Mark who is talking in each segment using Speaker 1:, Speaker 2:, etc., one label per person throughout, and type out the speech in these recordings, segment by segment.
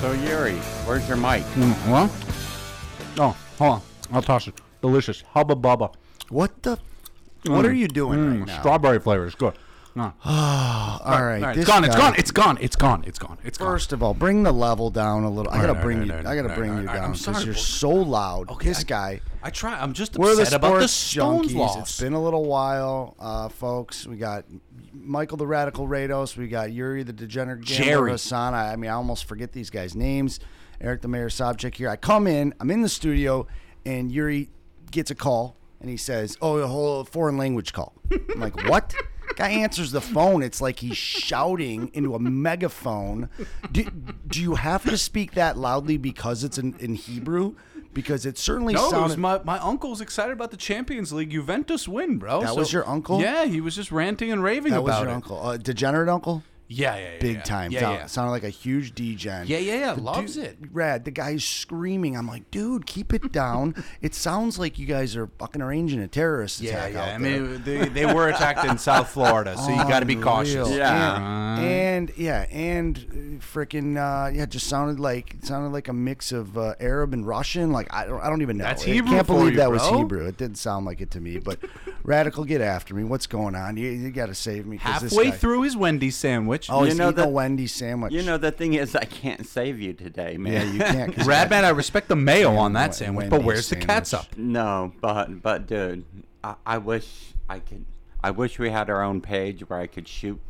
Speaker 1: So Yuri, where's your mic?
Speaker 2: Mm, what? Oh, hold on. I'll toss it. Delicious. Hubba bubba.
Speaker 3: What the? What
Speaker 2: Mm,
Speaker 3: are you doing
Speaker 2: mm,
Speaker 3: right now?
Speaker 2: Strawberry flavor is good. No.
Speaker 3: All right,
Speaker 2: All right,
Speaker 3: this
Speaker 2: it's gone. It's
Speaker 3: guy-
Speaker 2: gone. It's gone. It's gone. It's gone. It's gone.
Speaker 3: First of all, bring the level down a little. I
Speaker 2: right,
Speaker 3: gotta
Speaker 2: all right,
Speaker 3: bring
Speaker 2: all
Speaker 3: you.
Speaker 2: right,
Speaker 3: I gotta
Speaker 2: all
Speaker 3: bring
Speaker 2: right,
Speaker 3: you
Speaker 2: all right,
Speaker 3: down
Speaker 2: I'm
Speaker 3: because
Speaker 2: sorry,
Speaker 3: you're
Speaker 2: but-
Speaker 3: so loud. this
Speaker 2: I-
Speaker 3: guy.
Speaker 2: I try. I'm just
Speaker 3: We're the
Speaker 2: upset about the
Speaker 3: sports
Speaker 2: Stones
Speaker 3: junkies.
Speaker 2: loss.
Speaker 3: It's been a little while, uh, folks. We got Michael the Radical Rados. We got Yuri the Degenerate
Speaker 2: Jerry.
Speaker 3: Gambler Hassan. I, I mean, I almost forget these guys' names. Eric the Mayor Sobchak here. I come in. I'm in the studio, and Yuri gets a call, and he says, "Oh, a whole foreign language call." I'm like, "What?" Guy answers the phone. It's like he's shouting into a megaphone. Do, do you have to speak that loudly because it's in, in Hebrew? Because it certainly
Speaker 2: No, it
Speaker 3: sounded.
Speaker 2: was my, my uncle's excited about the Champions League Juventus win, bro.
Speaker 3: That was your uncle?
Speaker 2: Yeah, he was just ranting and raving
Speaker 3: That
Speaker 2: about
Speaker 3: was your
Speaker 2: it.
Speaker 3: uncle, uh, degenerate uncle,
Speaker 2: Yeah, yeah, yeah.
Speaker 3: big
Speaker 2: yeah.
Speaker 3: time.
Speaker 2: Yeah,
Speaker 3: Sound-
Speaker 2: yeah.
Speaker 3: Sounded like a huge degen.
Speaker 2: Yeah, yeah, yeah, loves it.
Speaker 3: Rad. The guy's screaming. I'm like, dude, keep it down. it sounds like you guys are fucking arranging a terrorist
Speaker 2: yeah,
Speaker 3: attack
Speaker 2: yeah.
Speaker 3: out
Speaker 2: I
Speaker 3: there.
Speaker 2: mean, they, they were attacked in South Florida, so you got to be cautious. Uh,
Speaker 3: Unreal.
Speaker 1: Yeah.
Speaker 3: And, and- yeah, and freaking uh, yeah, just sounded like it sounded like a mix of uh, Arab and Russian. Like I don't, I don't even know.
Speaker 2: That's
Speaker 3: I
Speaker 2: Hebrew
Speaker 3: can't
Speaker 2: for
Speaker 3: believe
Speaker 2: you,
Speaker 3: that was
Speaker 2: bro.
Speaker 3: Hebrew. It didn't sound like it to me. But radical, get after me. What's going on? You, you got to save me. 'cause this
Speaker 2: Halfway
Speaker 3: guy-
Speaker 2: through his Wendy's sandwich,
Speaker 3: Oh,
Speaker 1: You
Speaker 3: you
Speaker 1: know
Speaker 3: know the
Speaker 1: that-
Speaker 3: Wendy sandwich.
Speaker 1: You know the thing is, I can't save you today, man.
Speaker 3: Yeah, you can't. 'cause you got-
Speaker 2: Radman, I respect the mayo on that
Speaker 3: Wen-
Speaker 2: sandwich, but
Speaker 3: Wendy's
Speaker 2: where's the cat's up?
Speaker 3: sandwich.
Speaker 1: No, but but dude, I, I wish I could. I wish we had our own page where I could shoot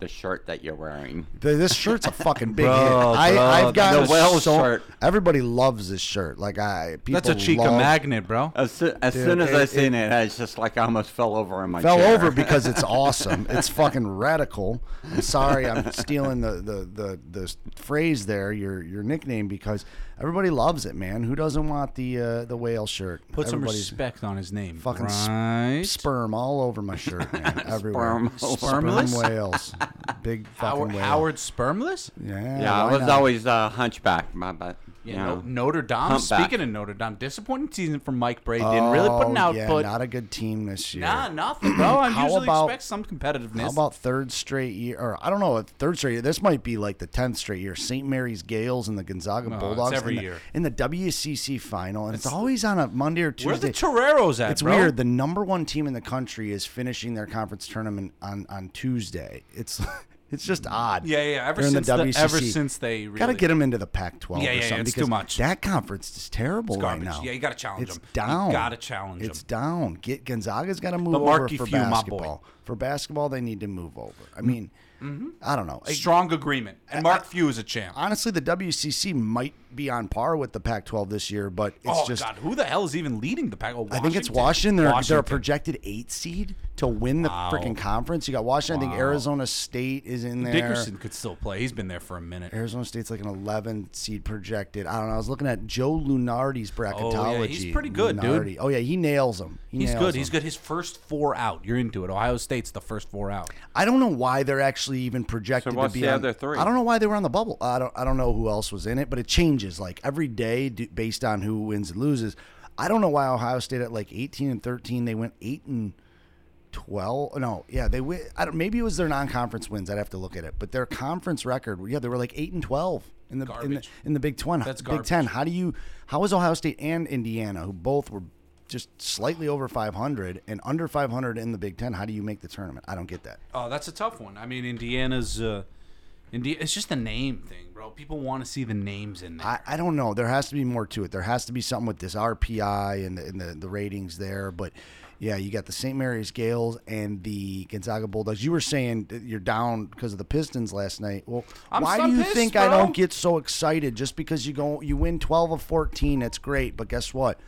Speaker 1: the shirt that you're wearing.
Speaker 3: Th- This shirt's a fucking big
Speaker 2: Bro,
Speaker 3: hit.
Speaker 2: bro,
Speaker 3: I, I've got
Speaker 1: the Wells
Speaker 3: so,
Speaker 1: shirt.
Speaker 3: Everybody loves this shirt. Like I, people
Speaker 2: That's a Chica
Speaker 3: love,
Speaker 2: magnet, bro.
Speaker 1: As, soo- as soon as
Speaker 3: it-
Speaker 1: I
Speaker 3: it-
Speaker 1: seen it, I was just like I almost fell over in my
Speaker 3: Fell
Speaker 1: chair.
Speaker 3: over because it's awesome. It's fucking radical. I'm sorry, I'm stealing the, the, the, the phrase there, your your nickname, because everybody loves it, man. Who doesn't want the uh, the whale shirt?
Speaker 2: Put some
Speaker 3: Everybody's
Speaker 2: respect on his name.
Speaker 3: fucking sp-
Speaker 2: right?
Speaker 3: sperm all over my shirt, man. Everywhere.
Speaker 1: Sperm.
Speaker 3: Sperm
Speaker 2: Spermless?
Speaker 3: whales, big fucking
Speaker 2: Howard,
Speaker 3: whale.
Speaker 2: Howard Spermless?
Speaker 3: Yeah,
Speaker 1: Yeah, I
Speaker 3: why
Speaker 1: was
Speaker 3: not?
Speaker 1: always uh, hunchback. My butt.
Speaker 2: Yeah,
Speaker 1: you
Speaker 2: no-
Speaker 1: know.
Speaker 2: Notre Dame.
Speaker 1: Humpback.
Speaker 2: Speaking of Notre Dame, disappointing season from Mike Bray. Didn't really put an
Speaker 3: Oh,
Speaker 2: output.
Speaker 3: Yeah, not a good team this year.
Speaker 2: nah, nothing, bro. I
Speaker 3: How
Speaker 2: usually
Speaker 3: about-
Speaker 2: expect some competitiveness.
Speaker 3: How about third straight year? Or I don't know, third straight year. This might be like the tenth straight year. St. Mary's Gales and the Gonzaga
Speaker 2: it's
Speaker 3: Bulldogs
Speaker 2: every
Speaker 3: in, the,
Speaker 2: year.
Speaker 3: in the WCC final, and it's, always on a Monday or Tuesday.
Speaker 2: Where are the Toreros at,
Speaker 3: it's
Speaker 2: bro?
Speaker 3: weird. The number one team in the country is finishing their conference tournament on on Tuesday. It's it's just odd.
Speaker 2: Mm. Yeah, yeah, ever
Speaker 3: They're in
Speaker 2: since the- ever
Speaker 3: WCC.
Speaker 2: since they
Speaker 3: gotta
Speaker 2: really-
Speaker 3: get them into the Pac-12
Speaker 2: Yeah,
Speaker 3: or
Speaker 2: yeah, yeah,
Speaker 3: something.
Speaker 2: it's too
Speaker 3: because
Speaker 2: much.
Speaker 3: That conference is terrible right
Speaker 2: garbage.
Speaker 3: now.
Speaker 2: Yeah, you gotta challenge
Speaker 3: it's
Speaker 2: 'em. You
Speaker 3: down.
Speaker 2: gotta challenge
Speaker 3: It's
Speaker 2: 'em.
Speaker 3: down. Get Gonzaga's got to move
Speaker 2: But
Speaker 3: over
Speaker 2: Marky
Speaker 3: for
Speaker 2: Few, my boy.
Speaker 3: basketball. For basketball, they need to move over. I mean, I don't know. I-
Speaker 2: Mm-hmm. Strong agreement. And Mark Few is a champ.
Speaker 3: honestly, the WCC might be on par with the Pac-12 this year, but it's
Speaker 2: oh
Speaker 3: just.
Speaker 2: God, who the hell is even leading the pack? Oh,
Speaker 3: I think it's Washington.
Speaker 2: Washington.
Speaker 3: They're, they're a
Speaker 2: Washington.
Speaker 3: projected eight seed to win the
Speaker 2: Wow.
Speaker 3: freaking conference. You got Washington. I think Arizona State is in there.
Speaker 2: Dickerson could still play. He's been there for a minute.
Speaker 3: Arizona State's like an 11 seed projected. I don't know. I was looking at Joe Lunardi's bracketology.
Speaker 2: he's Oh, pretty good, dude.
Speaker 3: Lunardi. Oh yeah, he nails them. He
Speaker 2: He's
Speaker 3: nails
Speaker 2: good.
Speaker 3: 'em.
Speaker 2: He's good. His first four out. You're into it. Ohio State's the first four out.
Speaker 3: I don't know why they're actually even projected
Speaker 1: So what's
Speaker 3: to be
Speaker 1: the
Speaker 3: on,
Speaker 1: other three?
Speaker 3: I don't know why they were on the bubble. I don't. I don't know who else was in it, but it changes like every day d- based on who wins and loses. I don't know why Ohio State at like 18 and 13 they went eight and 12. No, yeah, they win. I don't, maybe it was their non-conference wins. I'd have to look at it, but their conference record. Yeah, they were like eight and 12 in the in the,
Speaker 2: Garbage.
Speaker 3: in the Big 20.
Speaker 2: That's
Speaker 3: Big
Speaker 2: garbage.
Speaker 3: 10. How do you? How is Ohio State and Indiana, who both were just slightly over 500 and under 500 in the Big 10, how do you make the tournament? I don't get that.
Speaker 2: Oh, that's a tough one. I mean, Indiana's. Uh, Indi- it's just the name thing, bro. People want to see the names in there.
Speaker 3: I, I don't know. There has to be more to it. There has to be something with this RPI and the, and the, the ratings there. But yeah, you got the St. Mary's Gales and the Gonzaga Bulldogs. You were saying that you're down because of the Pistons last night. Well,
Speaker 2: I'm
Speaker 3: why
Speaker 2: so
Speaker 3: do you
Speaker 2: pissed,
Speaker 3: think I don't
Speaker 2: bro.
Speaker 3: get so excited just because you go you win 12 of 14? That's great, but guess what?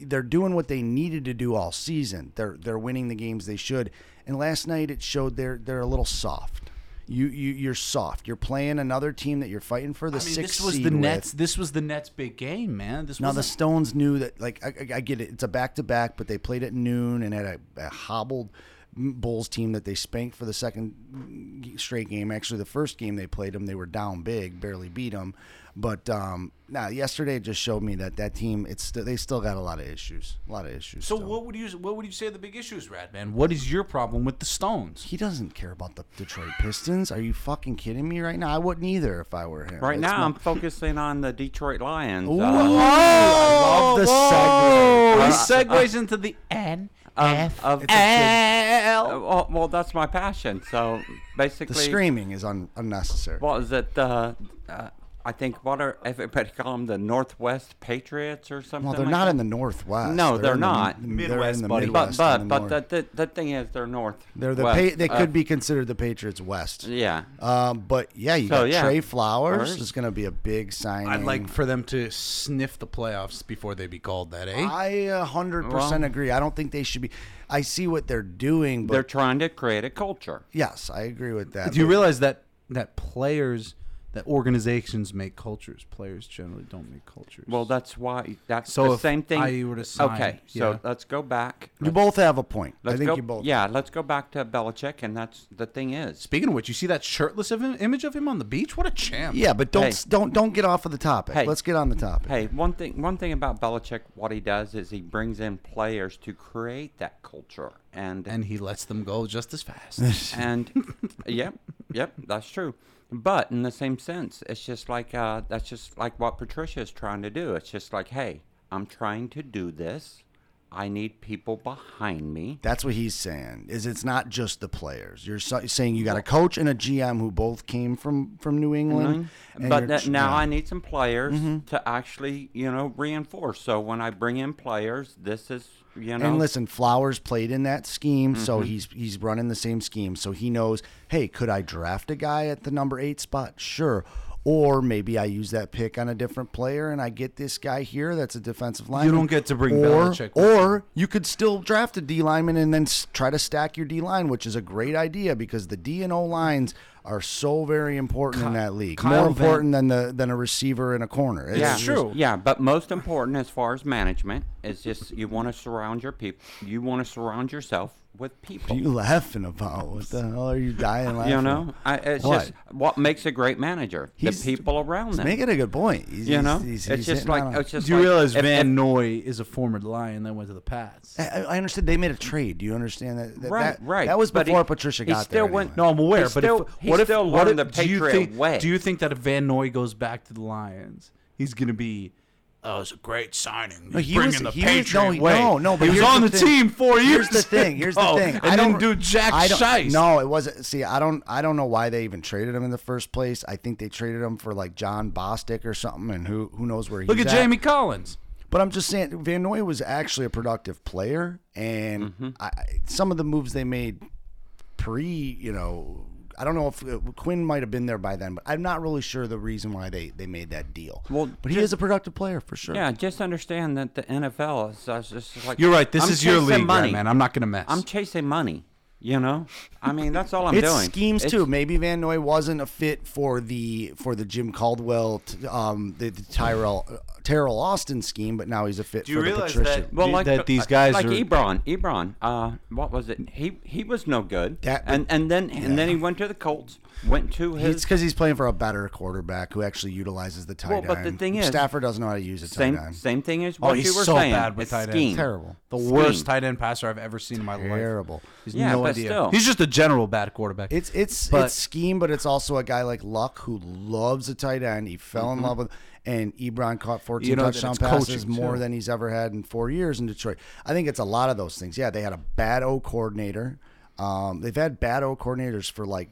Speaker 3: They're doing what they needed to do all season. They're they're winning the games they should. And last night it showed they're they're a little soft. You, you you're soft. You're playing another team that you're fighting for the
Speaker 2: I mean,
Speaker 3: sixth
Speaker 2: this was
Speaker 3: seed
Speaker 2: the
Speaker 3: with.
Speaker 2: Nets. This was the Nets' big game, man. This
Speaker 3: Now
Speaker 2: was
Speaker 3: the Stones knew that, like, I, I- I get it. It's a back to back, but they played at noon and had a, a hobbled Bulls team that they spanked for the second straight game. Actually, the first game they played them, they were down big, barely beat them. But um, now yesterday just showed me that that team it's st- they still got a lot of issues, a lot of issues.
Speaker 2: So
Speaker 3: still.
Speaker 2: what would you what would you say the big issue is, Rad Man? What is your problem with the Stones?
Speaker 3: He doesn't care about the Detroit Pistons. Are you fucking kidding me right now? I wouldn't either if I were him.
Speaker 1: Right
Speaker 3: It's
Speaker 1: now,
Speaker 3: my-
Speaker 1: I'm focusing on the Detroit Lions.
Speaker 3: Ooh,
Speaker 1: Uh,
Speaker 3: I love the Uh, segue.
Speaker 2: He segues into the
Speaker 3: um,
Speaker 2: N F
Speaker 1: of-
Speaker 2: of
Speaker 1: It's
Speaker 2: L.
Speaker 1: uh, well, well, that's my passion. So basically,
Speaker 3: Oh! The screaming is un- unnecessary.
Speaker 1: what is it? Uh, uh, I think what are everybody call them the Northwest Patriots or something?
Speaker 3: Well, they're
Speaker 1: like
Speaker 3: not
Speaker 1: that?
Speaker 3: in the Northwest.
Speaker 1: No, they're
Speaker 3: in
Speaker 1: not.
Speaker 3: The, they're
Speaker 2: Midwest,
Speaker 3: in the
Speaker 2: buddy.
Speaker 1: But
Speaker 3: Midwest.
Speaker 1: but
Speaker 3: and the
Speaker 1: but
Speaker 3: North.
Speaker 1: the, the the thing is, they're North.
Speaker 3: they're the
Speaker 1: West.
Speaker 3: pa- they
Speaker 1: Uh,
Speaker 3: could be considered the Patriots West.
Speaker 1: Yeah.
Speaker 3: Um, but yeah, you
Speaker 1: So,
Speaker 3: got
Speaker 1: yeah.
Speaker 3: Trey Flowers
Speaker 1: Flowers.
Speaker 3: is going to be a big signing.
Speaker 2: I'd like for them to sniff the playoffs before they be called that, eh?
Speaker 3: I uh, hundred percent
Speaker 1: Well-
Speaker 3: agree. I don't think they should be. I see what they're doing, but
Speaker 1: They're trying to create a culture.
Speaker 3: yes, I agree with that.
Speaker 2: Do you
Speaker 3: but
Speaker 2: realize that that players, that organizations make cultures. Players generally don't make cultures.
Speaker 1: Well, that's why. That's
Speaker 2: So
Speaker 1: the
Speaker 2: if
Speaker 1: same thing.
Speaker 2: I were to sign-
Speaker 1: okay,
Speaker 2: yeah.
Speaker 1: so let's go back.
Speaker 3: you both have a point.
Speaker 1: Let's
Speaker 3: I think
Speaker 1: go,
Speaker 3: you both.
Speaker 1: Yeah, let's go back to Belichick, and that's the thing is.
Speaker 2: Speaking of which, you see that shirtless of him, image of him on the beach? What a champ!
Speaker 3: yeah, but don't
Speaker 1: Hey.
Speaker 3: s don't don't get off of the topic.
Speaker 1: Hey.
Speaker 3: Let's get on the topic.
Speaker 1: Hey, one thing. One thing about Belichick, what he does is he brings in players to create that culture, and and,
Speaker 2: and he lets them go just as fast.
Speaker 1: yep, yep, that's true. But in the same sense, it's just like uh, that's just like what Patricia is trying to do. It's just like, hey, I'm trying to do this. I need people behind me.
Speaker 3: That's what he's saying. Is it's not just the players. You're so, saying you got a coach and a GM who both came from from New England. and
Speaker 1: but
Speaker 3: you're
Speaker 1: that,
Speaker 3: tr-
Speaker 1: now
Speaker 3: yeah. Mm-hmm.
Speaker 1: I need some players to actually, you know, reinforce. So when I bring in players, this is, you know,
Speaker 3: And listen, Flowers played in that scheme, so he's he's running the same scheme. So he knows, hey, could I draft a guy at the number eight spot? Sure. Or maybe I use that pick on a different player and I get this guy here that's a defensive lineman.
Speaker 2: don't get to bring
Speaker 3: or,
Speaker 2: Belichick with
Speaker 3: Or you could still draft a D lineman and then s- try to stack your D line, which is a great idea because the D and O lines are so very important in that league.
Speaker 2: Kyle
Speaker 3: More
Speaker 2: Van-
Speaker 3: important than the than a receiver and a corner. It's
Speaker 1: yeah,
Speaker 2: It's true.
Speaker 1: Yeah, but most important as far as management is just you want to surround your people. You want to surround yourself with people.
Speaker 3: What are you laughing about? What the hell are you dying laughing?
Speaker 1: You know, I, it's
Speaker 3: What?
Speaker 1: just what makes a great manager.
Speaker 3: He's-
Speaker 1: the people around them.
Speaker 3: Making a good point. He's,
Speaker 1: you know,
Speaker 3: he's- he's-
Speaker 1: it's
Speaker 3: he's
Speaker 1: just
Speaker 3: hitting
Speaker 1: like
Speaker 3: on a-
Speaker 1: it's just.
Speaker 2: Do you
Speaker 1: like,
Speaker 2: realize
Speaker 1: if-
Speaker 2: Van
Speaker 1: if-
Speaker 2: Noy is a former Lion that went to the Pats?
Speaker 3: I, I understood they made a trade. Do you understand that? that
Speaker 1: Right,
Speaker 3: that,
Speaker 1: right.
Speaker 3: That was
Speaker 1: But he-
Speaker 3: before Patricia
Speaker 1: he
Speaker 3: got
Speaker 1: still
Speaker 3: there.
Speaker 1: went-
Speaker 3: anyway.
Speaker 2: No, I'm aware,
Speaker 1: He
Speaker 2: but
Speaker 1: still-
Speaker 2: if,
Speaker 1: he
Speaker 2: what if
Speaker 1: still
Speaker 2: what
Speaker 1: learned
Speaker 2: if-
Speaker 1: the
Speaker 2: do you
Speaker 1: Patriot
Speaker 2: think,
Speaker 1: way.
Speaker 2: Do you think that if Van Noy goes back to the Lions, he's going to be? Oh, it's a great signing.
Speaker 3: No,
Speaker 2: He's
Speaker 3: he
Speaker 2: bringing
Speaker 3: was-
Speaker 2: the
Speaker 3: he was- no,
Speaker 2: Patriot
Speaker 3: he-
Speaker 2: way.
Speaker 3: no, no, but
Speaker 2: he was
Speaker 3: here's
Speaker 2: on
Speaker 3: the
Speaker 2: the,
Speaker 3: thing.
Speaker 2: team four years.
Speaker 3: Here's the thing.
Speaker 2: ago
Speaker 3: Here's
Speaker 1: Oh,
Speaker 3: the thing.
Speaker 2: And didn't do jack
Speaker 3: I don't,
Speaker 2: shice.
Speaker 3: No, it wasn't. See, I don't. I don't know why they even traded him in the first place. I think they traded him for like John Bostic or something, and who who knows where he's
Speaker 2: Look at
Speaker 3: at.
Speaker 2: Jamie Collins.
Speaker 3: But I'm just saying, Van Noy was actually a productive player, and
Speaker 1: Mm-hmm.
Speaker 3: I, I- some of the moves they made pre, you know, I don't know if uh, Quinn might have been there by then, but I'm not really sure the reason why they they made that deal.
Speaker 1: Well,
Speaker 3: but he
Speaker 1: ju-
Speaker 3: is a productive player for sure.
Speaker 1: Yeah, just understand that the NFL is uh, just like
Speaker 2: You're right. This
Speaker 1: I'm
Speaker 2: is your
Speaker 1: chasing
Speaker 2: league,
Speaker 1: money.
Speaker 2: man. I'm not going to mess.
Speaker 1: I'm chasing money. You know, I mean that's all I'm
Speaker 3: it's
Speaker 1: doing.
Speaker 3: schemes
Speaker 1: It's-
Speaker 3: too. Maybe Van Noy wasn't a fit for the for the Jim Caldwell, t- um, the, the Tyrell Terrell Austin scheme, but now he's a fit
Speaker 2: you
Speaker 3: for the
Speaker 2: realize
Speaker 3: Patricia.
Speaker 2: that-
Speaker 1: Well,
Speaker 2: Dude,
Speaker 1: like
Speaker 2: that
Speaker 1: the- uh,
Speaker 2: these guys
Speaker 1: like
Speaker 2: are-
Speaker 1: Ebron, Ebron. Uh, what was it? He he was no good.
Speaker 3: That-
Speaker 1: and and then and then he went to the Colts. Went to
Speaker 3: It's
Speaker 1: his
Speaker 3: because he's playing for a better quarterback who actually utilizes the tight
Speaker 1: Well,
Speaker 3: end.
Speaker 1: but the thing is-
Speaker 3: Stafford doesn't know how to use a
Speaker 1: same
Speaker 3: tight end.
Speaker 1: same thing as
Speaker 2: Oh,
Speaker 1: what
Speaker 2: he's
Speaker 1: you were
Speaker 2: so
Speaker 1: saying.
Speaker 2: bad with
Speaker 1: it's
Speaker 2: tight ends.
Speaker 1: scheme.
Speaker 3: Terrible.
Speaker 2: the
Speaker 1: scheme.
Speaker 2: worst tight end passer I've ever seen in my life.
Speaker 3: Terrible.
Speaker 2: He's
Speaker 1: Yeah,
Speaker 2: no
Speaker 1: but
Speaker 2: idea.
Speaker 1: still.
Speaker 2: He's just a general bad quarterback.
Speaker 3: It's it's
Speaker 2: But-
Speaker 3: it's scheme, but it's also a guy like Luck who loves a tight end. He fell in love with, and Ebron caught 14
Speaker 2: Mm-hmm. You know that
Speaker 3: touchdown
Speaker 2: it's
Speaker 3: passes
Speaker 2: coaching,
Speaker 3: more
Speaker 2: too.
Speaker 3: than he's ever had in four years in Detroit. I think it's a lot of those things. Yeah, they had a bad O coordinator. Um, they've had bad O coordinators for like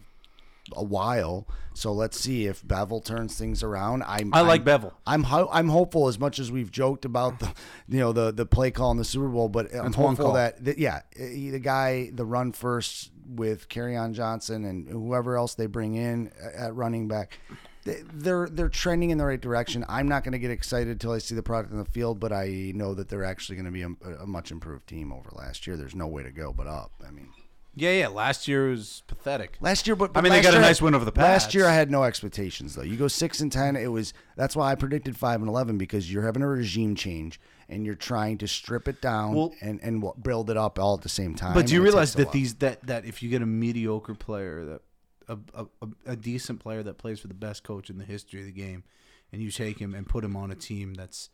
Speaker 3: a while. So let's see if Bevel turns things around. I'm,
Speaker 2: I like
Speaker 3: I'm-
Speaker 2: Bevel.
Speaker 3: I'm ho- I'm hopeful as much as we've joked about the you know the the play call in the Super Bowl, but I'm
Speaker 2: one
Speaker 3: hopeful
Speaker 2: call.
Speaker 3: that, that yeah he, the guy the run first with on Johnson and whoever else they bring in a- at running back. they- They're they're trending in the right direction. I'm not going to get excited till I see the product in the field, but I know that they're actually going to be a, a much improved team over last year. There's no way to go but up. I mean,
Speaker 2: yeah, yeah. Last year was pathetic.
Speaker 3: Last year, but,
Speaker 2: I mean, they
Speaker 3: last
Speaker 2: got a
Speaker 3: year-
Speaker 2: nice win over the Pats.
Speaker 3: Last year, I had no expectations though. You go six and ten, it was that's why I predicted five and eleven because you're having a regime change and you're trying to strip it down
Speaker 2: Well-
Speaker 3: and and wa- build it up all at the same time.
Speaker 2: But do you
Speaker 3: and it
Speaker 2: realize
Speaker 3: takes a
Speaker 2: that
Speaker 3: while.
Speaker 2: these that that if you get a mediocre player that a, a, a, a decent player that plays for the best coach in the history of the game, and you take him and put him on a team that's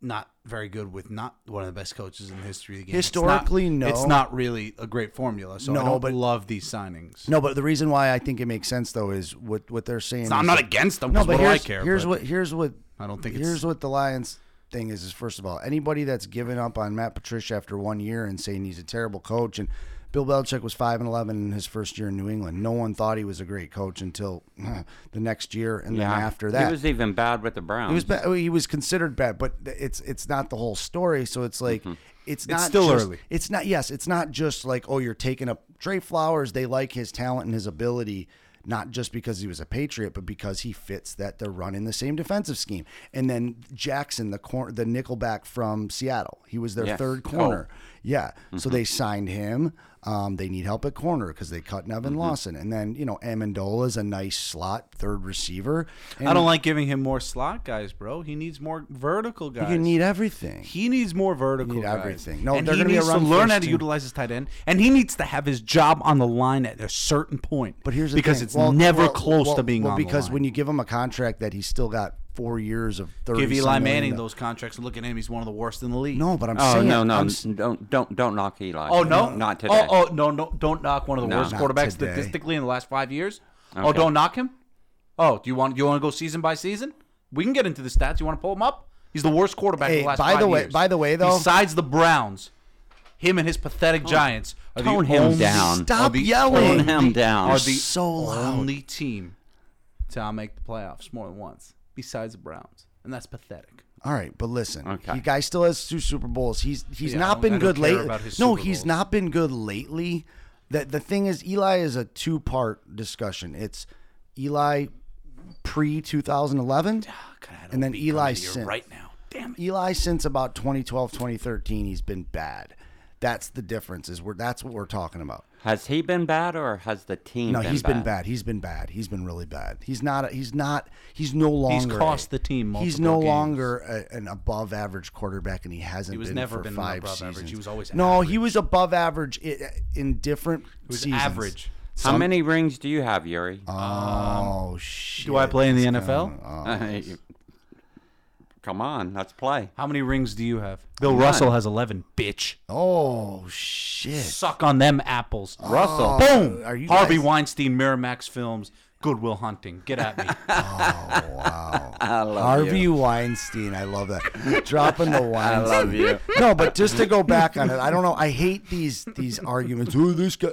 Speaker 2: not very good with not one of the best coaches in the history of the game. It's not-
Speaker 3: Historically, no.
Speaker 2: It's not really a great formula. So I
Speaker 3: No,
Speaker 2: don't
Speaker 3: but-
Speaker 2: love these signings.
Speaker 3: No, but the reason why I think it makes sense though is what what they're saying.
Speaker 2: It's not- I'm
Speaker 3: is-
Speaker 2: not against them.
Speaker 3: No,
Speaker 2: 'cause
Speaker 3: but
Speaker 2: what do
Speaker 3: here's,
Speaker 2: I care?
Speaker 3: here's
Speaker 2: But
Speaker 3: what here's what
Speaker 2: I don't think
Speaker 3: here's
Speaker 2: it's
Speaker 3: what the Lions thing is is first of all, anybody that's given up on Matt Patricia after one year and saying he's a terrible coach and Bill Belichick was five and eleven in his first year in New England. No one thought he was a great coach until the next year and then after that.
Speaker 1: he was even bad with the Browns.
Speaker 3: He was bad. He was considered bad, but th- it's it's not the whole story. So it's like it's not
Speaker 2: Mm-hmm. still
Speaker 3: just-
Speaker 2: early.
Speaker 3: It's not yes. It's not just like oh you're taking up Trey Flowers. They like his talent and his ability. Not just because he was a Patriot, but because he fits that they're running the same defensive scheme. And then Jackson, the corner, the nickelback from Seattle, he was their
Speaker 1: Yes.
Speaker 3: third
Speaker 2: Oh.
Speaker 3: corner. Yeah.
Speaker 2: Mm-hmm.
Speaker 3: So they signed him. Um, they need help at corner because they cut Nevin
Speaker 2: Mm-hmm.
Speaker 3: Lawson. And then you know Amendola is a nice slot third receiver. And
Speaker 2: I don't like giving him more slot guys, bro. He needs more vertical guys.
Speaker 3: You need everything.
Speaker 2: He needs more vertical.
Speaker 3: Need
Speaker 2: guys.
Speaker 3: everything. No,
Speaker 2: and
Speaker 3: they're
Speaker 2: he
Speaker 3: gonna be a
Speaker 2: needs to
Speaker 3: run
Speaker 2: learn how
Speaker 3: first
Speaker 2: to
Speaker 3: team.
Speaker 2: utilize his tight end, and he needs to have his job on the line at a certain point.
Speaker 3: But here's the
Speaker 2: because
Speaker 3: thing.
Speaker 2: it's never close
Speaker 3: well-
Speaker 2: to being
Speaker 3: well,
Speaker 2: on
Speaker 3: because
Speaker 2: the line.
Speaker 3: when you give him a contract that he's still got four years of thirty.
Speaker 2: give Eli
Speaker 3: some million
Speaker 2: Manning
Speaker 3: dollars-
Speaker 2: those contracts and look at him, he's one of the worst in the league.
Speaker 3: No, but I'm
Speaker 1: Oh
Speaker 3: saying
Speaker 1: no no
Speaker 3: I'm
Speaker 1: n-
Speaker 3: s-
Speaker 1: don't don't don't knock Eli.
Speaker 2: Oh no,
Speaker 1: not today.
Speaker 2: Oh, oh no, no, don't knock one of the
Speaker 1: No.
Speaker 2: worst
Speaker 1: Not
Speaker 2: quarterbacks
Speaker 3: today.
Speaker 2: statistically in the last five years. Oh,
Speaker 1: Okay.
Speaker 2: don't knock him. Oh, do you want do you want to go season by season? We can get into the stats. You want to pull him up? He's the worst quarterback in
Speaker 3: Hey,
Speaker 2: the last
Speaker 3: by
Speaker 2: five
Speaker 3: the way-
Speaker 2: years.
Speaker 3: by the way, though-
Speaker 2: besides the Browns, him and his pathetic Giants are the
Speaker 1: tone him
Speaker 2: only-
Speaker 1: down.
Speaker 2: are
Speaker 3: Stop
Speaker 2: the
Speaker 3: yelling.
Speaker 1: Tone
Speaker 2: only-
Speaker 1: him down.
Speaker 2: Are
Speaker 3: You're
Speaker 2: the
Speaker 3: so loud.
Speaker 2: only team to not make the playoffs more than once, besides the Browns, and that's pathetic.
Speaker 3: All right, but listen,
Speaker 1: Okay.
Speaker 3: the guy still has two Super Bowls. He's he's
Speaker 2: Yeah, I
Speaker 3: not
Speaker 2: don't-
Speaker 3: been
Speaker 2: I don't
Speaker 3: good
Speaker 2: care
Speaker 3: lately.
Speaker 2: about his
Speaker 3: No,
Speaker 2: Super
Speaker 3: he's
Speaker 2: Bowls.
Speaker 3: not been good lately. The the thing is, Eli is a two part discussion. It's Eli pre 2011,
Speaker 2: Ah, God, I
Speaker 3: and then
Speaker 2: hope he
Speaker 3: Eli
Speaker 2: comes here
Speaker 3: since.
Speaker 2: right now. Damn it.
Speaker 3: Eli since about 2012, 2013, he's been bad. That's the difference. Is we're that's what we're talking about.
Speaker 1: Has he been bad or has the team?
Speaker 3: No,
Speaker 1: been
Speaker 3: he's
Speaker 1: bad?
Speaker 3: been bad. He's been bad. He's been really bad. He's not. A, he's not. He's no longer.
Speaker 2: He's cost the team. Multiple
Speaker 3: He's no
Speaker 2: games.
Speaker 3: longer a, an above average quarterback, and he hasn't.
Speaker 2: He was
Speaker 3: been
Speaker 2: never
Speaker 3: for
Speaker 2: been an
Speaker 3: five
Speaker 2: above average.
Speaker 3: seasons.
Speaker 2: He was always
Speaker 3: no. He was above average in, in different. He
Speaker 2: was average.
Speaker 1: How many rings do you have, Yuri?
Speaker 3: Oh shit!
Speaker 2: Do I play in the NFL?
Speaker 1: Come on, let's play.
Speaker 2: How many rings do you have? Bill Russell has 11, bitch.
Speaker 3: Oh shit!
Speaker 2: Suck on them apples.
Speaker 1: Russell.
Speaker 2: Boom.
Speaker 3: Oh. are you
Speaker 2: Harvey
Speaker 3: guys-
Speaker 2: Weinstein, Miramax Films, Goodwill Hunting. Get at me.
Speaker 1: I love
Speaker 3: Harvey
Speaker 1: you.
Speaker 3: Weinstein, I love that. Dropping the
Speaker 1: I
Speaker 3: Weinstein.
Speaker 1: love you.
Speaker 3: no, but just to go back on it, I don't know. I hate these these arguments. Oh, this guy.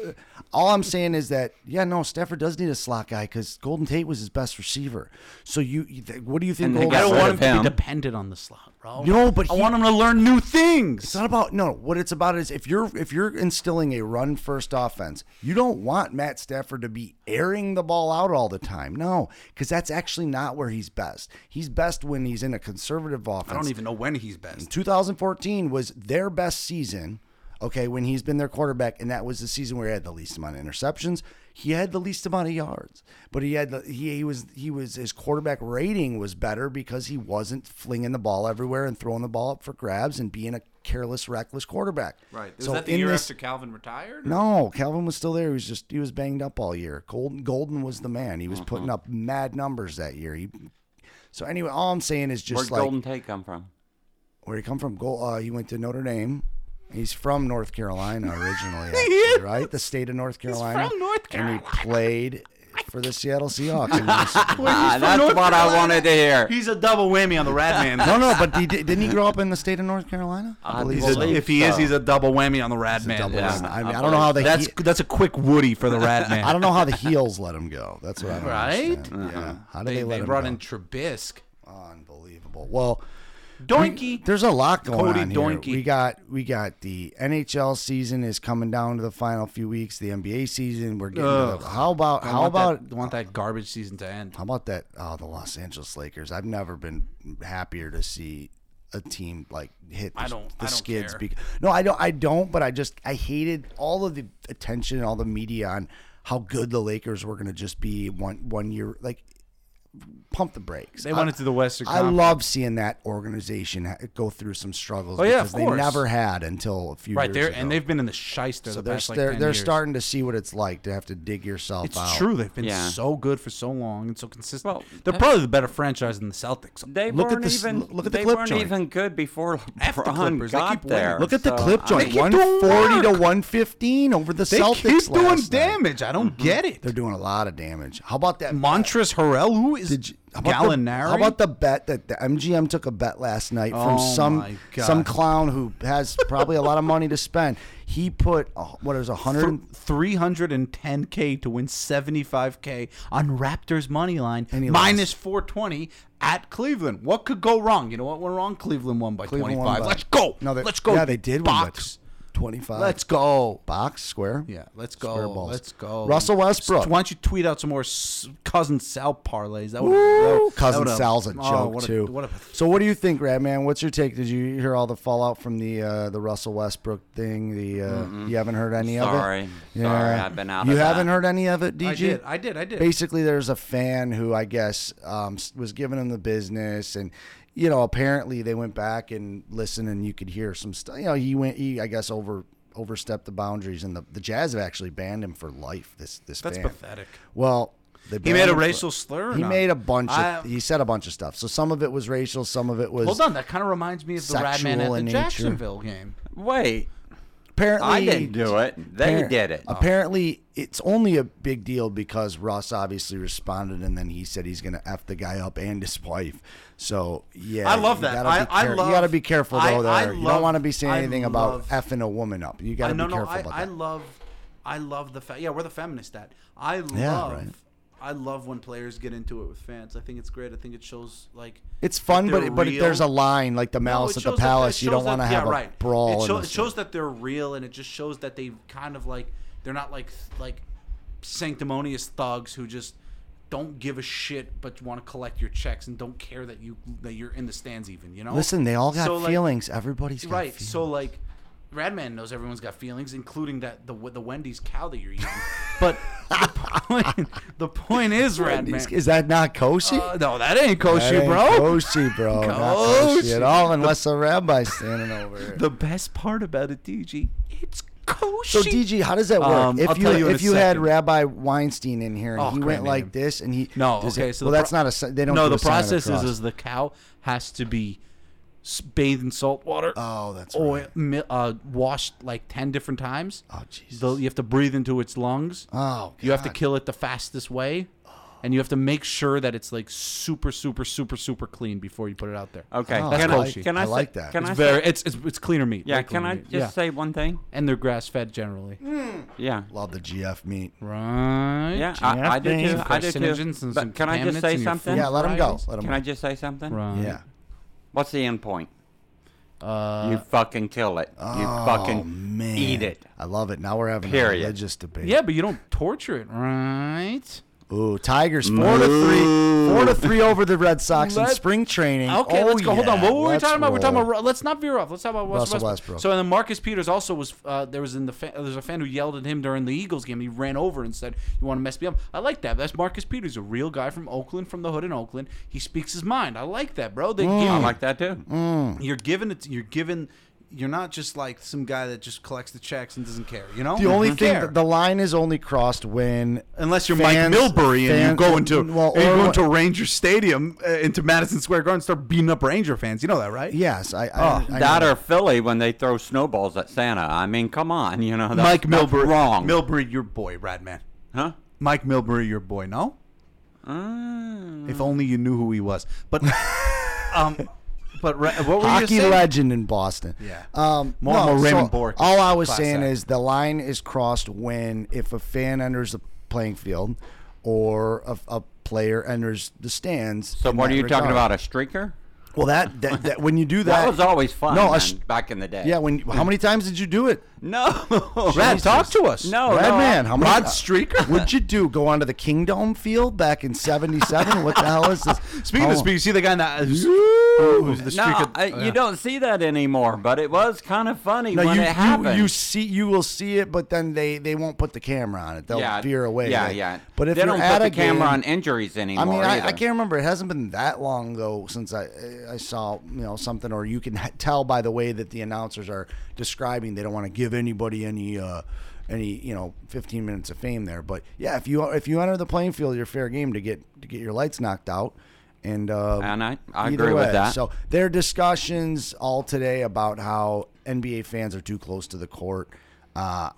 Speaker 3: All I'm saying is that yeah, no, Stafford does need a slot guy because Golden Tate was his best receiver. So you, you th- what do you think?
Speaker 1: And they
Speaker 3: Golden
Speaker 2: I don't
Speaker 1: rid
Speaker 2: want
Speaker 1: of
Speaker 2: him to
Speaker 1: him.
Speaker 2: be dependent on the slot, bro.
Speaker 3: No, but
Speaker 2: I
Speaker 3: he-
Speaker 2: want him to learn new things.
Speaker 3: It's not about no. What it's about is if you're if you're instilling a run first offense, you don't want Matt Stafford to be airing the ball out all the time. No, because that's actually not where he's best. He's best when he's in a conservative offense.
Speaker 2: I don't even know when he's best.
Speaker 3: 2014 was their best season. Okay, when he's been their quarterback, and that was the season where he had the least amount of interceptions. He had the least amount of yards, but he had the, he, he was he was his quarterback rating was better because he wasn't flinging the ball everywhere and throwing the ball up for grabs and being a careless, reckless quarterback. So in this-
Speaker 2: Calvin retired?
Speaker 3: no, Calvin was still there. He was just he was banged up all year. Golden Golden was the man. He was putting up mad numbers that year. He, so anyway, all I'm saying is
Speaker 1: Where'd
Speaker 3: just like
Speaker 1: Golden Tate come from?
Speaker 3: where he come from? Go. Uh, he went to Notre Dame. He's from North Carolina originally, actually, right? The state of North Carolina.
Speaker 2: from North
Speaker 3: And he played for the Seattle Seahawks. in the-
Speaker 1: Ah, that's
Speaker 2: North
Speaker 1: what I wanted to hear.
Speaker 2: He's a double whammy on the Rad Man.
Speaker 3: no, no, but he did, didn't he grow up in the state of North Carolina? I believe.
Speaker 2: He's a-
Speaker 1: believe
Speaker 2: if he is,
Speaker 1: so.
Speaker 2: he's a double whammy on the Rad Man.
Speaker 3: double
Speaker 2: Yeah.
Speaker 3: whammy. I,
Speaker 1: I
Speaker 3: mean, I don't know how the
Speaker 2: That's
Speaker 3: he-
Speaker 2: that's a quick Woody for the Rad Man.
Speaker 3: I don't know how the heels let him go. That's what I don't
Speaker 2: Right? Uh-huh.
Speaker 3: understand. Yeah. How did they,
Speaker 2: They,
Speaker 3: let
Speaker 2: they
Speaker 3: him
Speaker 2: brought
Speaker 3: go?
Speaker 2: in Trubisky.
Speaker 3: Unbelievable. Well,
Speaker 2: Doinky.
Speaker 3: There's a lot going
Speaker 2: Cody
Speaker 3: on here.
Speaker 2: Doinky.
Speaker 3: We got we got the NHL season is coming down to the final few weeks. The NBA season we're getting. to the- how about
Speaker 2: I
Speaker 3: how
Speaker 2: want
Speaker 3: about
Speaker 2: that, want that garbage season to end?
Speaker 3: How about that? Oh, the Los Angeles Lakers. I've never been happier to see a team like hit the,
Speaker 2: I don't- I
Speaker 3: the
Speaker 2: don't
Speaker 3: skids.
Speaker 2: care.
Speaker 3: Because, no, I don't. I don't. But I just I hated all of the attention, all the media on how good the Lakers were going to just be one one year. Like pump the brakes. Uh,
Speaker 2: They went into the Western
Speaker 3: I
Speaker 2: Conference.
Speaker 3: love seeing that organization ha- go through some struggles
Speaker 2: Oh, yeah,
Speaker 3: because
Speaker 2: of
Speaker 3: they
Speaker 2: course.
Speaker 3: never had until a few
Speaker 2: right
Speaker 3: years
Speaker 2: there,
Speaker 3: ago.
Speaker 2: and they've been in the shyster
Speaker 3: so
Speaker 2: the
Speaker 3: they're
Speaker 2: past like
Speaker 3: they're,
Speaker 2: 10
Speaker 3: they're
Speaker 2: years.
Speaker 3: starting to see what it's like to have to dig yourself
Speaker 2: It's
Speaker 3: out.
Speaker 2: true. They've been
Speaker 1: Yeah.
Speaker 2: so good for so long and so consistent.
Speaker 1: Well,
Speaker 2: they're
Speaker 1: that-
Speaker 2: probably the better franchise than the Celtics.
Speaker 1: They
Speaker 3: Look at
Speaker 1: weren't
Speaker 3: the s-
Speaker 1: even
Speaker 3: look at the
Speaker 1: they
Speaker 3: clip
Speaker 1: weren't
Speaker 3: joint.
Speaker 1: even good before
Speaker 2: F the
Speaker 1: LeBron
Speaker 2: Clippers, they
Speaker 1: got
Speaker 2: keep winning.
Speaker 1: there.
Speaker 3: Look at the
Speaker 1: so
Speaker 3: clip
Speaker 1: I-
Speaker 3: joint,
Speaker 2: uh, keep doing
Speaker 3: 140 to
Speaker 2: work.
Speaker 3: 115 over the
Speaker 2: They
Speaker 3: Celtics.
Speaker 2: keep doing
Speaker 3: last night.
Speaker 2: damage. I don't get it.
Speaker 3: They're doing a lot of damage. How about that?
Speaker 2: Montrezl Harrell, who is
Speaker 3: Did you, how, about the,
Speaker 2: Gallinari?
Speaker 3: how about the bet that the MGM took a bet last night from
Speaker 2: Oh
Speaker 3: some
Speaker 2: my God.
Speaker 3: some clown who has probably a lot of money to spend? He put uh, what is a hundred
Speaker 2: three hundred and ten k to win seventy five k on Raptors money line
Speaker 3: And he
Speaker 2: minus four twenty at Cleveland. What could go wrong? You know what went wrong? Cleveland won by
Speaker 3: Cleveland
Speaker 2: twenty
Speaker 3: won
Speaker 2: five.
Speaker 3: by-
Speaker 2: Let's go.
Speaker 3: No, they,
Speaker 2: let's go.
Speaker 3: Yeah, they did win by
Speaker 2: Box.
Speaker 3: twenty five.
Speaker 2: Let's go.
Speaker 3: box square.
Speaker 2: Yeah, let's
Speaker 3: Square
Speaker 2: go.
Speaker 3: balls.
Speaker 2: Let's go.
Speaker 3: Russell Westbrook.
Speaker 2: Why don't you tweet out some more s- cousin Sal parlays? That would.
Speaker 3: Woo!
Speaker 2: that
Speaker 3: Cousin
Speaker 2: would've-
Speaker 3: Sal's a
Speaker 2: oh,
Speaker 3: joke
Speaker 2: what a-
Speaker 3: too.
Speaker 2: what a-
Speaker 3: so what do you think, Radman? What's your take? Did you hear all the fallout from the uh, the Russell Westbrook thing? The uh,
Speaker 2: Mm-hmm.
Speaker 3: you haven't heard any of
Speaker 1: Sorry.
Speaker 3: it.
Speaker 1: Sorry, I've been out
Speaker 3: You
Speaker 1: of that.
Speaker 3: haven't heard any of it, DG.
Speaker 2: I did. I did. I did.
Speaker 3: Basically, there's a fan who I guess um, s- was giving him the business, and you know, apparently they went back and listened, and you could hear some stuff. You know, he went, he I guess over overstepped the boundaries, and the, the Jazz have actually banned him for life. This this
Speaker 2: That's
Speaker 3: fan.
Speaker 2: pathetic.
Speaker 3: Well, they
Speaker 2: He
Speaker 3: banned
Speaker 2: made
Speaker 3: him
Speaker 2: a
Speaker 3: for-
Speaker 2: racial slur. or
Speaker 3: He
Speaker 2: not?
Speaker 3: made a bunch. Of,
Speaker 2: I-
Speaker 3: he said a bunch of stuff. So some of it was racial, some of it was
Speaker 2: Hold on, that kind of reminds me of the Radman
Speaker 3: Sexual
Speaker 2: at the
Speaker 3: in nature.
Speaker 2: Jacksonville game.
Speaker 1: Wait,
Speaker 3: apparently
Speaker 1: I didn't do it. They
Speaker 3: Appar-
Speaker 1: did it.
Speaker 3: Apparently, it's only a big deal because Russ obviously responded, and then he said he's going to f the guy up and his wife. So yeah,
Speaker 2: I love
Speaker 3: you
Speaker 2: that.
Speaker 3: gotta
Speaker 2: I-
Speaker 3: be
Speaker 2: I
Speaker 3: care-
Speaker 2: love-
Speaker 3: You got to be careful
Speaker 2: I-
Speaker 3: though. There,
Speaker 2: I
Speaker 3: you don't
Speaker 2: love-
Speaker 3: want to be saying
Speaker 2: I
Speaker 3: anything about
Speaker 2: love-
Speaker 3: effing a woman up. You got
Speaker 2: I
Speaker 3: to be
Speaker 2: no, no,
Speaker 3: careful
Speaker 2: I,
Speaker 3: about
Speaker 2: I
Speaker 3: that.
Speaker 2: love, I love the fact. Yeah, we're the feminist at. I love,
Speaker 3: Yeah, right.
Speaker 2: I love when players get into it with fans. I think it's great. I think it shows like
Speaker 3: it's fun,
Speaker 2: that
Speaker 3: but
Speaker 2: they're
Speaker 3: it, but it-
Speaker 2: real.
Speaker 3: there's a line like the
Speaker 2: No,
Speaker 3: malice
Speaker 2: it
Speaker 3: at the
Speaker 2: shows that- it
Speaker 3: palace. you
Speaker 2: shows
Speaker 3: don't
Speaker 2: that-
Speaker 3: want to
Speaker 2: yeah,
Speaker 3: have a
Speaker 2: right.
Speaker 3: brawl.
Speaker 2: It,
Speaker 3: in
Speaker 2: show-
Speaker 3: the
Speaker 2: it shows that they're real, and it just shows that they kind of like they're not like th- like sanctimonious thugs who just don't give a shit but want to collect your checks and don't care that you that you're in the stands even. You know,
Speaker 3: Listen, they all got
Speaker 2: So, like-
Speaker 3: feelings. Everybody's got
Speaker 2: right.
Speaker 3: feelings.
Speaker 2: So like, Radman knows everyone's got feelings, including that the the Wendy's cow that you're eating. but the point, the point is,
Speaker 3: Wendy's-
Speaker 2: Radman.
Speaker 3: Is that not kosher?
Speaker 2: Uh, no, that ain't kosher,
Speaker 3: That ain't
Speaker 2: bro.
Speaker 3: Kosher, bro. Not kosher at
Speaker 2: Kosher.
Speaker 3: all, unless the rabbi's standing over here.
Speaker 2: The best part about it, DG, it's kosher.
Speaker 3: So DG, how does that work?
Speaker 2: Um,
Speaker 3: if
Speaker 2: I'll
Speaker 3: you,
Speaker 2: tell you in
Speaker 3: if
Speaker 2: a
Speaker 3: you had
Speaker 2: second.
Speaker 3: Rabbi Weinstein in here and
Speaker 2: Oh,
Speaker 3: he
Speaker 2: great
Speaker 3: went
Speaker 2: name.
Speaker 3: like this and he
Speaker 2: No,
Speaker 3: does
Speaker 2: okay.
Speaker 3: it-
Speaker 2: So
Speaker 3: well,
Speaker 2: the
Speaker 3: that's
Speaker 2: pro-
Speaker 3: not a si- they don't
Speaker 2: No,
Speaker 3: do
Speaker 2: the
Speaker 3: a sign of
Speaker 2: process is,
Speaker 3: cross.
Speaker 2: is the cow has to be s- bathed in salt water,
Speaker 3: oh that's
Speaker 2: oil,
Speaker 3: right.
Speaker 2: mi- uh, washed like ten different times.
Speaker 3: oh Jesus
Speaker 2: So you have to breathe into its lungs.
Speaker 3: oh
Speaker 2: You have to
Speaker 3: God.
Speaker 2: kill it the fastest way, and you have to make sure that it's like super, super, super, super clean before you put it out there.
Speaker 1: Okay,
Speaker 3: Oh,
Speaker 1: can,
Speaker 2: I
Speaker 1: I,
Speaker 2: like-
Speaker 1: can I,
Speaker 3: I
Speaker 1: say-
Speaker 3: like that.
Speaker 1: Can
Speaker 2: It's
Speaker 1: I
Speaker 2: very,
Speaker 1: Say,
Speaker 2: it's, it's it's cleaner meat.
Speaker 1: yeah,
Speaker 2: way
Speaker 1: can
Speaker 2: cleaner
Speaker 1: I
Speaker 2: meat.
Speaker 1: just
Speaker 2: Yeah.
Speaker 1: say Mm. one thing?
Speaker 2: And they're grass fed generally.
Speaker 1: Yeah.
Speaker 3: love the GF meat.
Speaker 2: Right.
Speaker 1: Yeah, I, I do
Speaker 3: Genetic
Speaker 1: too. I do
Speaker 2: carcinogens
Speaker 1: too.
Speaker 2: and
Speaker 1: But
Speaker 2: some
Speaker 1: can I just
Speaker 2: contaminants
Speaker 1: say
Speaker 2: in your
Speaker 1: something?
Speaker 2: food.
Speaker 3: Yeah, let him go.
Speaker 2: varieties?
Speaker 3: Let him.
Speaker 1: Can I just say something?
Speaker 2: Right.
Speaker 3: Yeah.
Speaker 1: What's the end point?
Speaker 2: Uh,
Speaker 1: You fucking kill it. you
Speaker 3: oh,
Speaker 1: fucking
Speaker 3: man.
Speaker 1: eat it.
Speaker 3: I love it. Now we're having
Speaker 1: Period.
Speaker 3: a religious debate.
Speaker 2: yeah, but you don't torture it, right?
Speaker 3: Ooh, Tigers four to three, four to three over the Red Sox in
Speaker 2: Let-
Speaker 3: spring training.
Speaker 2: Okay,
Speaker 3: Oh,
Speaker 2: let's go. Hold on.
Speaker 3: yeah.
Speaker 2: What were we
Speaker 3: Let's
Speaker 2: talking about? We're talking
Speaker 3: roll.
Speaker 2: about. Let's not veer off. Let's talk about Russell,
Speaker 3: Russell Westbrook.
Speaker 2: Westbrook. So and then Marcus Peters also was. Uh, there was in the fa- there's a fan who yelled at him during the Eagles game. He ran over and said, "You want to mess me up?" I like that. That's Marcus Peters, a real guy from Oakland, from the hood in Oakland. He speaks his mind. I like that, bro.
Speaker 3: Mm.
Speaker 2: They give
Speaker 1: I like that too.
Speaker 2: you're given it. You're given. You're not just like some guy that just collects the checks and doesn't care. You know.
Speaker 3: The only
Speaker 2: You
Speaker 3: thing,
Speaker 2: care.
Speaker 3: the line is only crossed when
Speaker 2: Unless you're
Speaker 3: fans-
Speaker 2: Mike Milbury and
Speaker 3: fan-
Speaker 2: you go into
Speaker 3: well,
Speaker 2: and you
Speaker 3: or-
Speaker 2: go into Ranger Stadium uh, into Madison Square Garden, and start beating up Ranger fans. You know that, right?
Speaker 3: Yes, I. I,
Speaker 2: Oh,
Speaker 3: I know
Speaker 1: That or Philly when they throw snowballs at Santa. I mean, come on, you know. That's,
Speaker 2: Mike
Speaker 1: that's
Speaker 2: Milbury,
Speaker 1: wrong.
Speaker 2: Milbury, your boy, Radman.
Speaker 1: huh?
Speaker 2: Mike Milbury, your boy. No,
Speaker 1: Mm.
Speaker 2: if only you knew who he was. But, um, but Ra- what were you
Speaker 3: hockey
Speaker 2: saying?
Speaker 3: legend in Boston.
Speaker 2: Yeah.
Speaker 3: Um,
Speaker 2: More- more Raymond Bork.
Speaker 3: All I was
Speaker 2: Class
Speaker 3: saying
Speaker 2: act.
Speaker 3: is the line is crossed when if a fan enters the playing field, or a, a player enters the stands.
Speaker 1: So
Speaker 3: in
Speaker 1: what
Speaker 3: that
Speaker 1: are you talking about?
Speaker 3: regard.
Speaker 1: A streaker?
Speaker 3: Well, that, that that when you do that,
Speaker 1: That was always fun.
Speaker 3: No, a
Speaker 1: man,
Speaker 3: sh-
Speaker 1: back in the day.
Speaker 3: yeah. When how many times did you do it?
Speaker 1: No.
Speaker 2: Brad, talk to us.
Speaker 1: No.
Speaker 3: Red
Speaker 1: no.
Speaker 3: man, how
Speaker 2: Rod
Speaker 3: much
Speaker 2: Streaker.
Speaker 3: What'd you do? Go onto the Kingdom Field back in '77? what the hell is this?
Speaker 2: Speaking
Speaker 3: Oh,
Speaker 2: of speed, you see the guy in that who's, who's the streak
Speaker 1: No,
Speaker 2: of-
Speaker 1: I, you don't see that anymore, but it was kind of funny
Speaker 3: no,
Speaker 1: when
Speaker 3: you,
Speaker 1: it happened.
Speaker 3: you you see you will see it, but then they they won't put the camera on it. They'll veer away.
Speaker 1: Yeah,
Speaker 3: like-
Speaker 1: yeah.
Speaker 3: But if
Speaker 1: they
Speaker 3: you're
Speaker 1: don't
Speaker 3: at
Speaker 1: put
Speaker 3: a
Speaker 1: the camera
Speaker 3: game-
Speaker 1: on injuries anymore,
Speaker 3: I mean, I, I
Speaker 1: either.
Speaker 3: can't remember. It hasn't been that long though since I I saw you know something, or you can h- tell by the way that the announcers are describing. They don't want to give anybody any uh any you know 15 minutes of fame there. But yeah, if you if you enter the playing field, you're fair game to get to get your lights knocked out. And uh,
Speaker 1: And I- I
Speaker 3: either
Speaker 1: agree with that.
Speaker 3: So there are discussions all today about how NBA fans are too close to the court. Uh,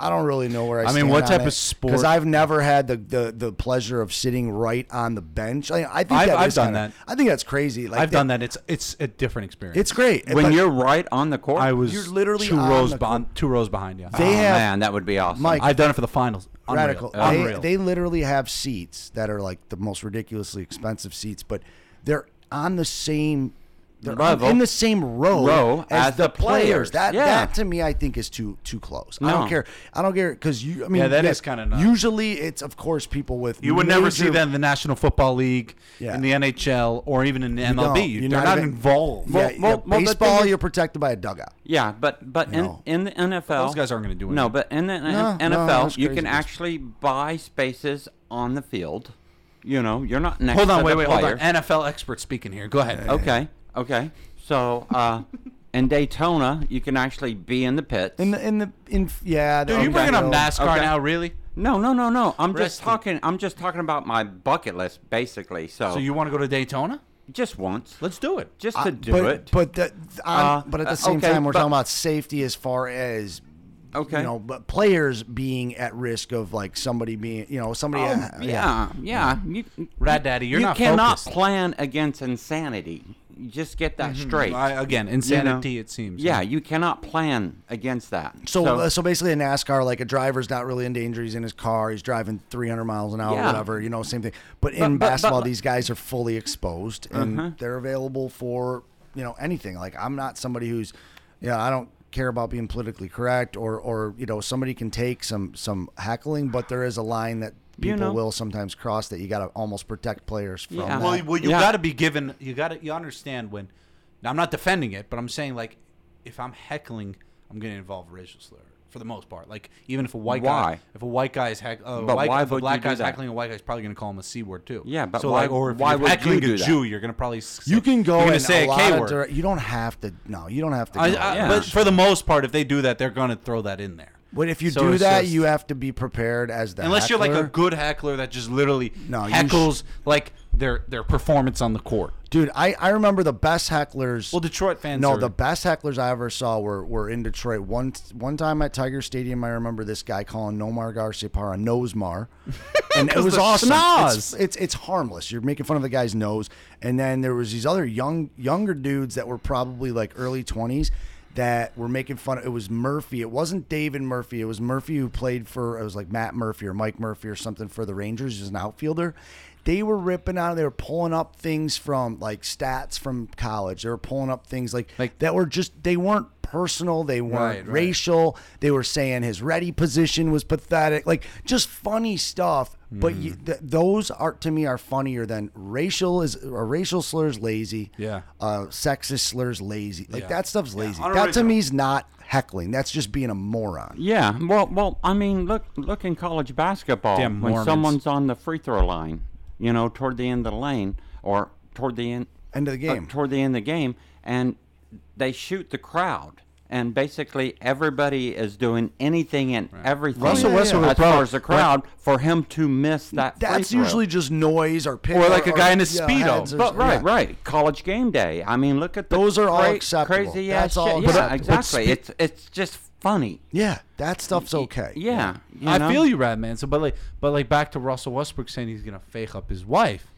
Speaker 3: I don't really know where I.
Speaker 2: I mean,
Speaker 3: stand
Speaker 2: what
Speaker 3: on
Speaker 2: type
Speaker 3: it,
Speaker 2: of sport-
Speaker 3: 'cause I've never had the, the, the pleasure of sitting right on the bench. I, I think
Speaker 2: I've-
Speaker 3: that
Speaker 2: I've
Speaker 3: is
Speaker 2: done
Speaker 3: kinda-
Speaker 2: that.
Speaker 3: I think that's crazy. Like
Speaker 2: I've done that. It's it's a different experience.
Speaker 3: It's great
Speaker 1: when
Speaker 3: But
Speaker 1: you're right on the court,
Speaker 2: I was
Speaker 3: you're literally
Speaker 2: two
Speaker 3: on
Speaker 2: rows
Speaker 3: the
Speaker 2: behind two rows behind you.
Speaker 1: Oh,
Speaker 3: They have-
Speaker 1: man, that would be awesome.
Speaker 3: Mike,
Speaker 2: I've done it for the finals. Unreal.
Speaker 3: radical.
Speaker 2: Unreal.
Speaker 3: They, they literally have seats that are like the most ridiculously expensive seats, but they're on the same. They're on-
Speaker 1: Level.
Speaker 3: in the same row,
Speaker 1: Row as the players.
Speaker 3: That
Speaker 1: Yeah.
Speaker 3: that to me, I think is too too close. I don't
Speaker 1: No.
Speaker 3: care. I don't care because you. I mean,
Speaker 2: Yeah, that
Speaker 3: yes,
Speaker 2: is kinda nuts.
Speaker 3: Usually, it's of course people with
Speaker 2: you would never see
Speaker 3: major-
Speaker 2: that in the National Football League,
Speaker 3: Yeah.
Speaker 2: in the NHL, or even in the MLB.
Speaker 3: don't. You're
Speaker 2: They're
Speaker 3: not
Speaker 2: not,
Speaker 3: even-
Speaker 2: involved.
Speaker 3: Yeah,
Speaker 1: Well,
Speaker 3: yeah,
Speaker 1: well, well, the
Speaker 3: baseball,
Speaker 1: thing is-
Speaker 3: you're protected by a dugout.
Speaker 1: Yeah, but but in,
Speaker 3: No.
Speaker 1: in the NFL,
Speaker 2: Those guys aren't gonna do
Speaker 1: No,
Speaker 2: anything.
Speaker 1: but in the
Speaker 3: No, no,
Speaker 1: NFL,
Speaker 3: that's
Speaker 1: you
Speaker 3: crazy.
Speaker 1: can actually buy spaces on the field. You know, you're not next.
Speaker 2: Hold
Speaker 1: to
Speaker 2: on, wait,
Speaker 1: the
Speaker 2: wait,
Speaker 1: player.
Speaker 2: hold on. NFL expert speaking here. Go ahead.
Speaker 1: Okay, okay. So uh, in Daytona, you can actually be in the pits.
Speaker 3: In the in the in yeah.
Speaker 2: Dude, you bringing up NASCAR
Speaker 1: Okay.
Speaker 2: now, really?
Speaker 1: no, no, no, no. I'm just
Speaker 2: Rest in-
Speaker 1: talking. I'm just talking about my bucket list, basically. So,
Speaker 2: So you want to go to Daytona?
Speaker 1: just once,
Speaker 2: Let's do it.
Speaker 1: just to do
Speaker 3: but,
Speaker 1: it.
Speaker 3: But the, on-
Speaker 1: Uh,
Speaker 3: but at
Speaker 1: uh,
Speaker 3: the same
Speaker 1: okay,
Speaker 3: time, we're
Speaker 1: but-
Speaker 3: talking about safety as far as
Speaker 1: Okay.
Speaker 3: you know, but players being at risk of like somebody being you know somebody.
Speaker 1: Oh,
Speaker 3: uh,
Speaker 1: yeah, yeah. You,
Speaker 2: Rad Daddy, you're
Speaker 1: you
Speaker 2: not
Speaker 1: cannot
Speaker 2: focused.
Speaker 1: plan against insanity. You just get that
Speaker 3: Mm-hmm.
Speaker 1: straight.
Speaker 2: I, again,
Speaker 1: you know?
Speaker 2: insanity. It seems.
Speaker 1: Yeah, you cannot plan against that.
Speaker 3: So, so, uh, so basically, in NASCAR, like a driver's not really into injuries in his car. He's driving 300 miles an hour,
Speaker 1: Yeah.
Speaker 3: whatever. You know, same thing. But in
Speaker 1: but- Mm-hmm. but-
Speaker 3: basketball, these guys are fully exposed, and they're available for you know anything. Like I'm not somebody who's, you know, I don't care about being politically correct, or or you know, somebody can take some some heckling, but there is a line that
Speaker 1: You
Speaker 3: people
Speaker 1: know.
Speaker 3: will sometimes cross that you got to almost protect players from.
Speaker 1: Yeah.
Speaker 3: that.
Speaker 2: Well, well you
Speaker 1: Yeah.
Speaker 2: got to be given. You got to. You understand when. Now, I'm not defending it, but I'm saying like, if I'm heckling, I'm going to involve racial slur for the most part. Like, even if a white guy,
Speaker 1: Why?
Speaker 2: if a white guy is heck, uh,
Speaker 1: But
Speaker 2: white,
Speaker 1: why
Speaker 2: if a
Speaker 1: would
Speaker 2: black
Speaker 1: you do
Speaker 2: guy's
Speaker 1: that?
Speaker 2: heckling a white guy's probably going to call him a c word too.
Speaker 1: Yeah, but
Speaker 2: so
Speaker 1: why-
Speaker 2: like, or if
Speaker 1: why
Speaker 2: you're
Speaker 1: would you
Speaker 2: heckling
Speaker 1: do
Speaker 2: a
Speaker 1: that?
Speaker 2: Jew, you're going to probably s-
Speaker 3: you can go
Speaker 2: you're gonna
Speaker 3: and
Speaker 2: say a K word.
Speaker 3: you don't have to. No, you don't have to.
Speaker 2: I, I,
Speaker 3: go there.
Speaker 2: But for the most part, if they do that, they're going to throw that in there.
Speaker 3: But if you
Speaker 2: So
Speaker 3: do
Speaker 2: it's
Speaker 3: that,
Speaker 2: just-
Speaker 3: you have to be prepared as the
Speaker 2: Unless you're like a
Speaker 3: heckler.
Speaker 2: good heckler that just literally
Speaker 3: No, you sh-
Speaker 2: heckles like their their performance on the court.
Speaker 3: dude. I, I remember the best hecklers.
Speaker 2: Well, Detroit fans.
Speaker 3: no,
Speaker 2: are,
Speaker 3: the best hecklers I ever saw were, were in Detroit. One one time at Tiger Stadium, I remember this guy calling Nomar Garcia Parra Nosemar, and it was
Speaker 2: the
Speaker 3: awesome. It's,
Speaker 2: schnoz.
Speaker 3: it's it's harmless. You're making fun of the guy's nose, and then there was these other young younger dudes that were probably like early twenties that were making fun of it was Murphy. It wasn't David Murphy. It was Murphy who played for it was like Matt Murphy or Mike Murphy or something for the Rangers as an outfielder. They were ripping out. They were pulling up things from like stats from college. They were pulling up things like,
Speaker 2: Like-
Speaker 3: that were just they weren't personal. They weren't
Speaker 2: Right, right.
Speaker 3: racial. They were saying his ready position was pathetic. Like just funny stuff. But you,
Speaker 2: Hmm.
Speaker 3: th- those are to me are funnier than racial is uh, racial slurs lazy.
Speaker 2: Yeah.
Speaker 3: Uh, sexist slurs lazy. Like
Speaker 2: Yeah.
Speaker 3: that stuff's lazy. That to
Speaker 2: unoriginal.
Speaker 3: me is not heckling. That's just being a moron.
Speaker 1: yeah, well, well, I mean, look, look in college basketball
Speaker 2: Damn
Speaker 1: when
Speaker 2: Mormons.
Speaker 1: someone's on the free throw line, you know, toward the end of the lane or toward the end,
Speaker 3: End of the
Speaker 1: uh,
Speaker 3: game.
Speaker 1: toward the end of the game, and they shoot the crowd. And basically, everybody is doing anything and everything
Speaker 3: Russell Westbrook
Speaker 1: as far as the crowd for him to miss that. free
Speaker 3: That's
Speaker 1: throw.
Speaker 3: usually just noise or pick
Speaker 2: Or like a guy in a Speedo.
Speaker 3: heads or-
Speaker 1: But right,
Speaker 3: yeah.
Speaker 1: right. College game day. I mean, look at the
Speaker 3: Those are all
Speaker 1: cra-
Speaker 3: acceptable.
Speaker 1: Crazy
Speaker 3: That's
Speaker 1: ass
Speaker 3: all
Speaker 1: shit. Yeah,
Speaker 3: acceptable. But
Speaker 1: exactly.
Speaker 3: spe-
Speaker 1: it's it's just funny.
Speaker 3: Yeah, that stuff's okay.
Speaker 1: Yeah, you
Speaker 2: I
Speaker 1: know?
Speaker 2: feel you, Rad Man. So, but like, but like back to Russell Westbrook saying he's gonna fake up his wife.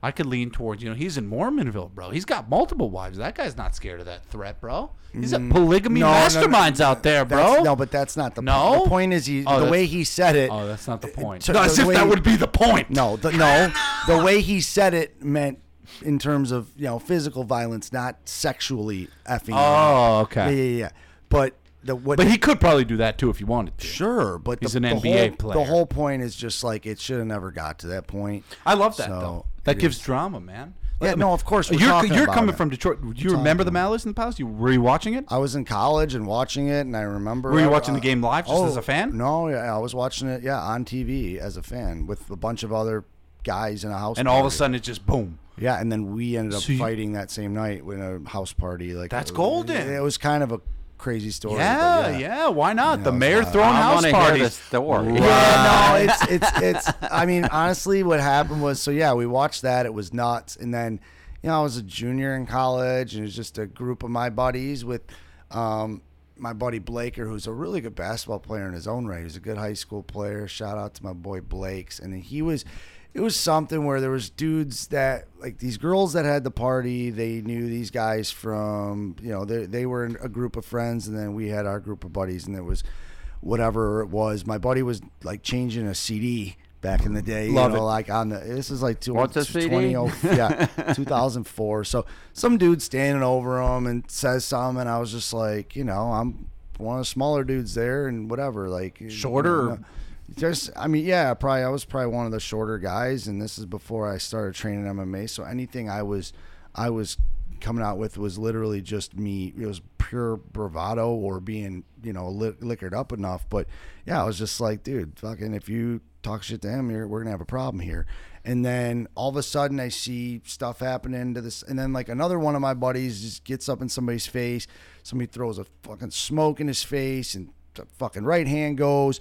Speaker 2: I could lean towards you know he's in Mormonville, bro. He's got multiple wives. That guy's not scared of that threat, bro. He's a polygamy
Speaker 3: Mm, No, no, no.
Speaker 2: masterminds out there,
Speaker 3: That's-
Speaker 2: bro.
Speaker 3: No, but that's not the
Speaker 2: No?
Speaker 3: point. The point is he
Speaker 2: Oh,
Speaker 3: the
Speaker 2: that's-
Speaker 3: way he said it. uh,
Speaker 2: oh, that's not the point.
Speaker 3: to- No, as the if way- that would
Speaker 2: be the point.
Speaker 3: No, the, no. the way he said it meant in terms of you know physical violence, not sexually effing.
Speaker 2: Oh,
Speaker 3: Yeah,
Speaker 2: okay.
Speaker 3: yeah, yeah. But the what
Speaker 2: But he could probably do that too if he wanted to.
Speaker 3: Sure, but
Speaker 2: He's
Speaker 3: the,
Speaker 2: an
Speaker 3: the
Speaker 2: NBA
Speaker 3: whole,
Speaker 2: player.
Speaker 3: The whole point is just like it should have never got to that point.
Speaker 2: I love that
Speaker 3: So,
Speaker 2: though.
Speaker 3: it
Speaker 2: That gives
Speaker 3: is-
Speaker 2: drama, man. I
Speaker 3: Yeah,
Speaker 2: mean,
Speaker 3: no, of course, we're
Speaker 2: you're
Speaker 3: talking
Speaker 2: you're
Speaker 3: about
Speaker 2: coming
Speaker 3: it.
Speaker 2: from Detroit. Do you remember the Mallets in the Palace? You, were you watching it?
Speaker 3: I was in college and watching it, and I remember.
Speaker 2: Were you
Speaker 3: I-
Speaker 2: watching
Speaker 3: I- oh,
Speaker 2: the game live just as a fan?
Speaker 3: No, yeah, I was watching it, yeah, on TV as a fan with a bunch of other guys in a house.
Speaker 2: and all of a
Speaker 3: party.
Speaker 2: sudden, it's just boom.
Speaker 3: yeah, and then we ended up
Speaker 2: So you-
Speaker 3: fighting that same night in a house party. Like
Speaker 2: That's
Speaker 3: it was-
Speaker 2: golden.
Speaker 3: It was kind of a crazy story. but
Speaker 2: Yeah, yeah.
Speaker 3: yeah.
Speaker 2: why not? the
Speaker 3: it's
Speaker 2: mayor
Speaker 3: not-
Speaker 2: throwing
Speaker 1: I
Speaker 2: house
Speaker 1: wanna hear
Speaker 2: parties.
Speaker 1: the story.
Speaker 3: Yeah, no, it's it's it's. I mean, honestly, what happened was so yeah, we watched that. It was nuts, and then you know I was a junior in college, and it was just a group of my buddies with um, my buddy Blaker, who's a really good basketball player in his own right. He's a good high school player. Shout out to my boy Blake's, and then he was. It was something where there was dudes that like these girls that had the party. They knew these guys from you know they they were a group of friends, and then we had our group of buddies, and there was whatever it was. My buddy was like changing a CD back in the day.
Speaker 2: Love
Speaker 3: you know,
Speaker 2: it.
Speaker 3: like on the this is like two,
Speaker 1: What's a CD?
Speaker 3: 20 yeah, 2004. So some dude standing over him and says something, and I was just like, you know, I'm one of the smaller dudes there, and whatever, like
Speaker 2: Shorter or-
Speaker 3: you know, just, I mean, yeah, probably I was probably one of the shorter guys, and this is before I started training MMA. So anything I was, I was coming out with was literally just me. It was pure bravado or being, you know, li- liquored up enough. But yeah, I was just like, dude, fucking, if you talk shit to him, you're, we're gonna have a problem here. And then all of a sudden, I see stuff happening to this, and then like another one of my buddies just gets up in somebody's face. Somebody throws a fucking smoke in his face, and the fucking right hand goes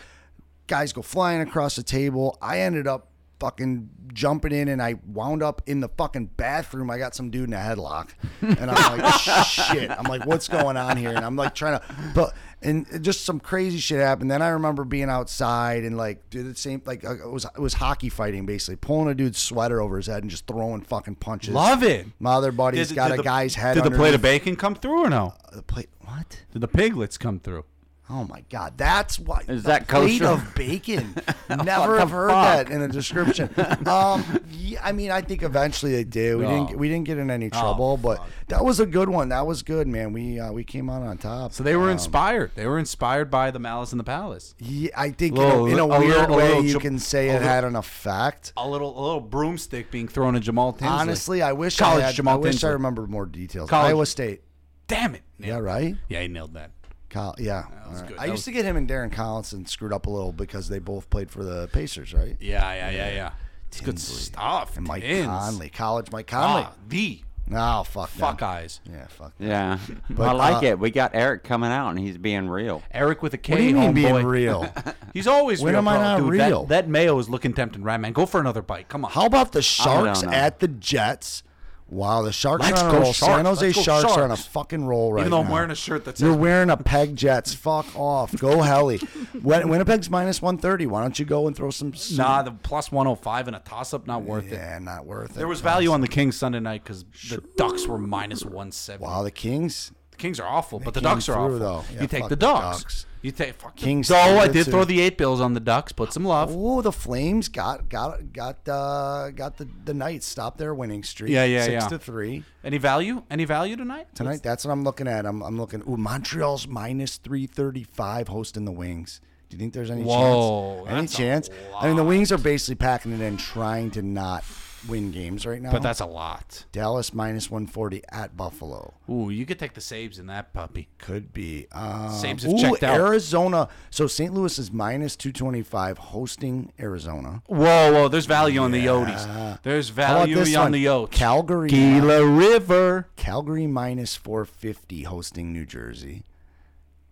Speaker 3: guys go flying across the table. I ended up fucking jumping in and I wound up in the fucking bathroom. I got some dude in a headlock. And I'm like, shit. I'm like, what's going on here? And I'm like trying to but and it just some crazy shit happened. Then I remember being outside and like did the same like uh, it was it was hockey fighting basically, pulling a dude's sweater over his head and just throwing fucking punches.
Speaker 2: Love it.
Speaker 3: My other buddy's
Speaker 2: Did-
Speaker 3: got
Speaker 2: did
Speaker 3: a
Speaker 2: the-
Speaker 3: guy's head.
Speaker 2: Did the plate
Speaker 3: underneath
Speaker 2: of bacon come through or no?
Speaker 3: the plate what?
Speaker 2: Did the piglets come through?
Speaker 3: Oh my God, that's why
Speaker 1: Is
Speaker 3: the
Speaker 1: that
Speaker 3: plate
Speaker 1: kosher?
Speaker 3: of bacon. Never
Speaker 1: the
Speaker 3: have heard
Speaker 1: fuck?
Speaker 3: that in a description. um, yeah, I mean, I think eventually they did. We
Speaker 2: No.
Speaker 3: didn't we didn't get in any
Speaker 2: Oh,
Speaker 3: trouble, but that was a good one. That was good, man. We uh, we came out on top.
Speaker 2: So they were inspired. They were inspired by the Malice in the Palace.
Speaker 3: Yeah, I think
Speaker 2: Little-
Speaker 3: in a, in a
Speaker 2: a
Speaker 3: weird
Speaker 2: little- a
Speaker 3: way
Speaker 2: little
Speaker 3: you
Speaker 2: ju-
Speaker 3: can say
Speaker 2: a
Speaker 3: it
Speaker 2: little-
Speaker 3: had an effect.
Speaker 2: A little, a little broomstick being thrown at Jamal Tinsley.
Speaker 3: Honestly, I wish
Speaker 2: College
Speaker 3: I had,
Speaker 2: Jamal
Speaker 3: I wish
Speaker 2: Tinsley.
Speaker 3: I remembered more details.
Speaker 2: College-
Speaker 3: Iowa State.
Speaker 2: damn it. Nailed
Speaker 3: Yeah, right.
Speaker 2: Yeah, he nailed that.
Speaker 3: Col- yeah,
Speaker 2: was
Speaker 3: All right.
Speaker 2: good.
Speaker 3: I
Speaker 2: That
Speaker 3: used
Speaker 2: was-
Speaker 3: to get him and Darren Collison screwed up a little because they both played for the Pacers, right?
Speaker 2: Yeah, yeah, yeah, yeah. It's good
Speaker 3: Tinsley.
Speaker 2: stuff.
Speaker 3: And Mike
Speaker 2: Tins.
Speaker 3: Conley, college Mike Conley.
Speaker 2: Ah, the
Speaker 3: No, fuck them.
Speaker 2: fuck eyes.
Speaker 3: Yeah, fuck.
Speaker 1: Yeah,
Speaker 3: But,
Speaker 1: I like
Speaker 3: uh,
Speaker 1: it. We got Eric coming out, and he's being real.
Speaker 2: Eric with a K.
Speaker 3: What do you mean being
Speaker 2: homeboy.
Speaker 3: real?
Speaker 2: He's always
Speaker 3: When
Speaker 2: real.
Speaker 3: am I
Speaker 2: bro.
Speaker 3: not
Speaker 2: Dude, that-
Speaker 3: real?
Speaker 2: That, mayo is looking tempting, right, man? Go for another bite. Come on.
Speaker 3: How about the Sharks
Speaker 1: know.
Speaker 3: at the Jets? Wow, the Sharks
Speaker 2: Let's
Speaker 3: are on a
Speaker 2: go
Speaker 3: roll. San
Speaker 2: Sharks.
Speaker 3: Jose
Speaker 2: Let's go
Speaker 3: Sharks, are on a
Speaker 2: Sharks.
Speaker 3: fucking roll right
Speaker 2: Even though
Speaker 3: now.
Speaker 2: I'm wearing a shirt that
Speaker 3: You're
Speaker 2: says
Speaker 3: wearing a peg Jets. Fuck off. Go Helly. Win- Winnipeg's minus 130. Why don't you go and throw some? some
Speaker 2: nah, the plus 105 and a toss up, not worth it.
Speaker 3: yeah, not worth it.
Speaker 2: There was value on the Kings Sunday night because the Ducks were minus 170.
Speaker 3: Wow, the Kings.
Speaker 2: The Kings are awful, but the
Speaker 3: came
Speaker 2: Ducks are
Speaker 3: through,
Speaker 2: awful.
Speaker 3: though. Yeah,
Speaker 2: you take
Speaker 3: fuck
Speaker 2: the
Speaker 3: the
Speaker 2: Ducks.
Speaker 3: Ducks.
Speaker 2: You take fuck
Speaker 3: Kings
Speaker 2: Kings. Oh, I
Speaker 3: did
Speaker 2: did
Speaker 3: too.
Speaker 2: throw the eight bills on the Ducks. Put some love.
Speaker 3: Oh, the Flames got got got uh, got the the Knights stopped their winning streak.
Speaker 2: Yeah, yeah,
Speaker 3: six
Speaker 2: yeah.
Speaker 3: to three.
Speaker 2: Any value? Any value tonight?
Speaker 3: tonight. That's what I'm looking at. I'm, I'm looking. Ooh, Montreal's minus three thirty five hosting the Wings. Do you think there's any
Speaker 2: Whoa,
Speaker 3: chance? Any
Speaker 2: that's a
Speaker 3: chance? I mean, the Wings are basically packing it in, trying to not win games right now.
Speaker 2: But that's a lot.
Speaker 3: Dallas minus one forty at Buffalo.
Speaker 2: Ooh, you could take the saves in that puppy.
Speaker 3: Could be. Um,
Speaker 2: Sabres have
Speaker 3: ooh,
Speaker 2: checked out.
Speaker 3: Arizona. So St. Louis is minus two twenty five hosting Arizona.
Speaker 2: Whoa, whoa, there's value on the Yodies. There's
Speaker 3: How about
Speaker 2: value
Speaker 3: this
Speaker 2: on
Speaker 3: one?
Speaker 2: the Yotes.
Speaker 3: Calgary.
Speaker 2: Gila River.
Speaker 3: Calgary minus four fifty hosting New Jersey.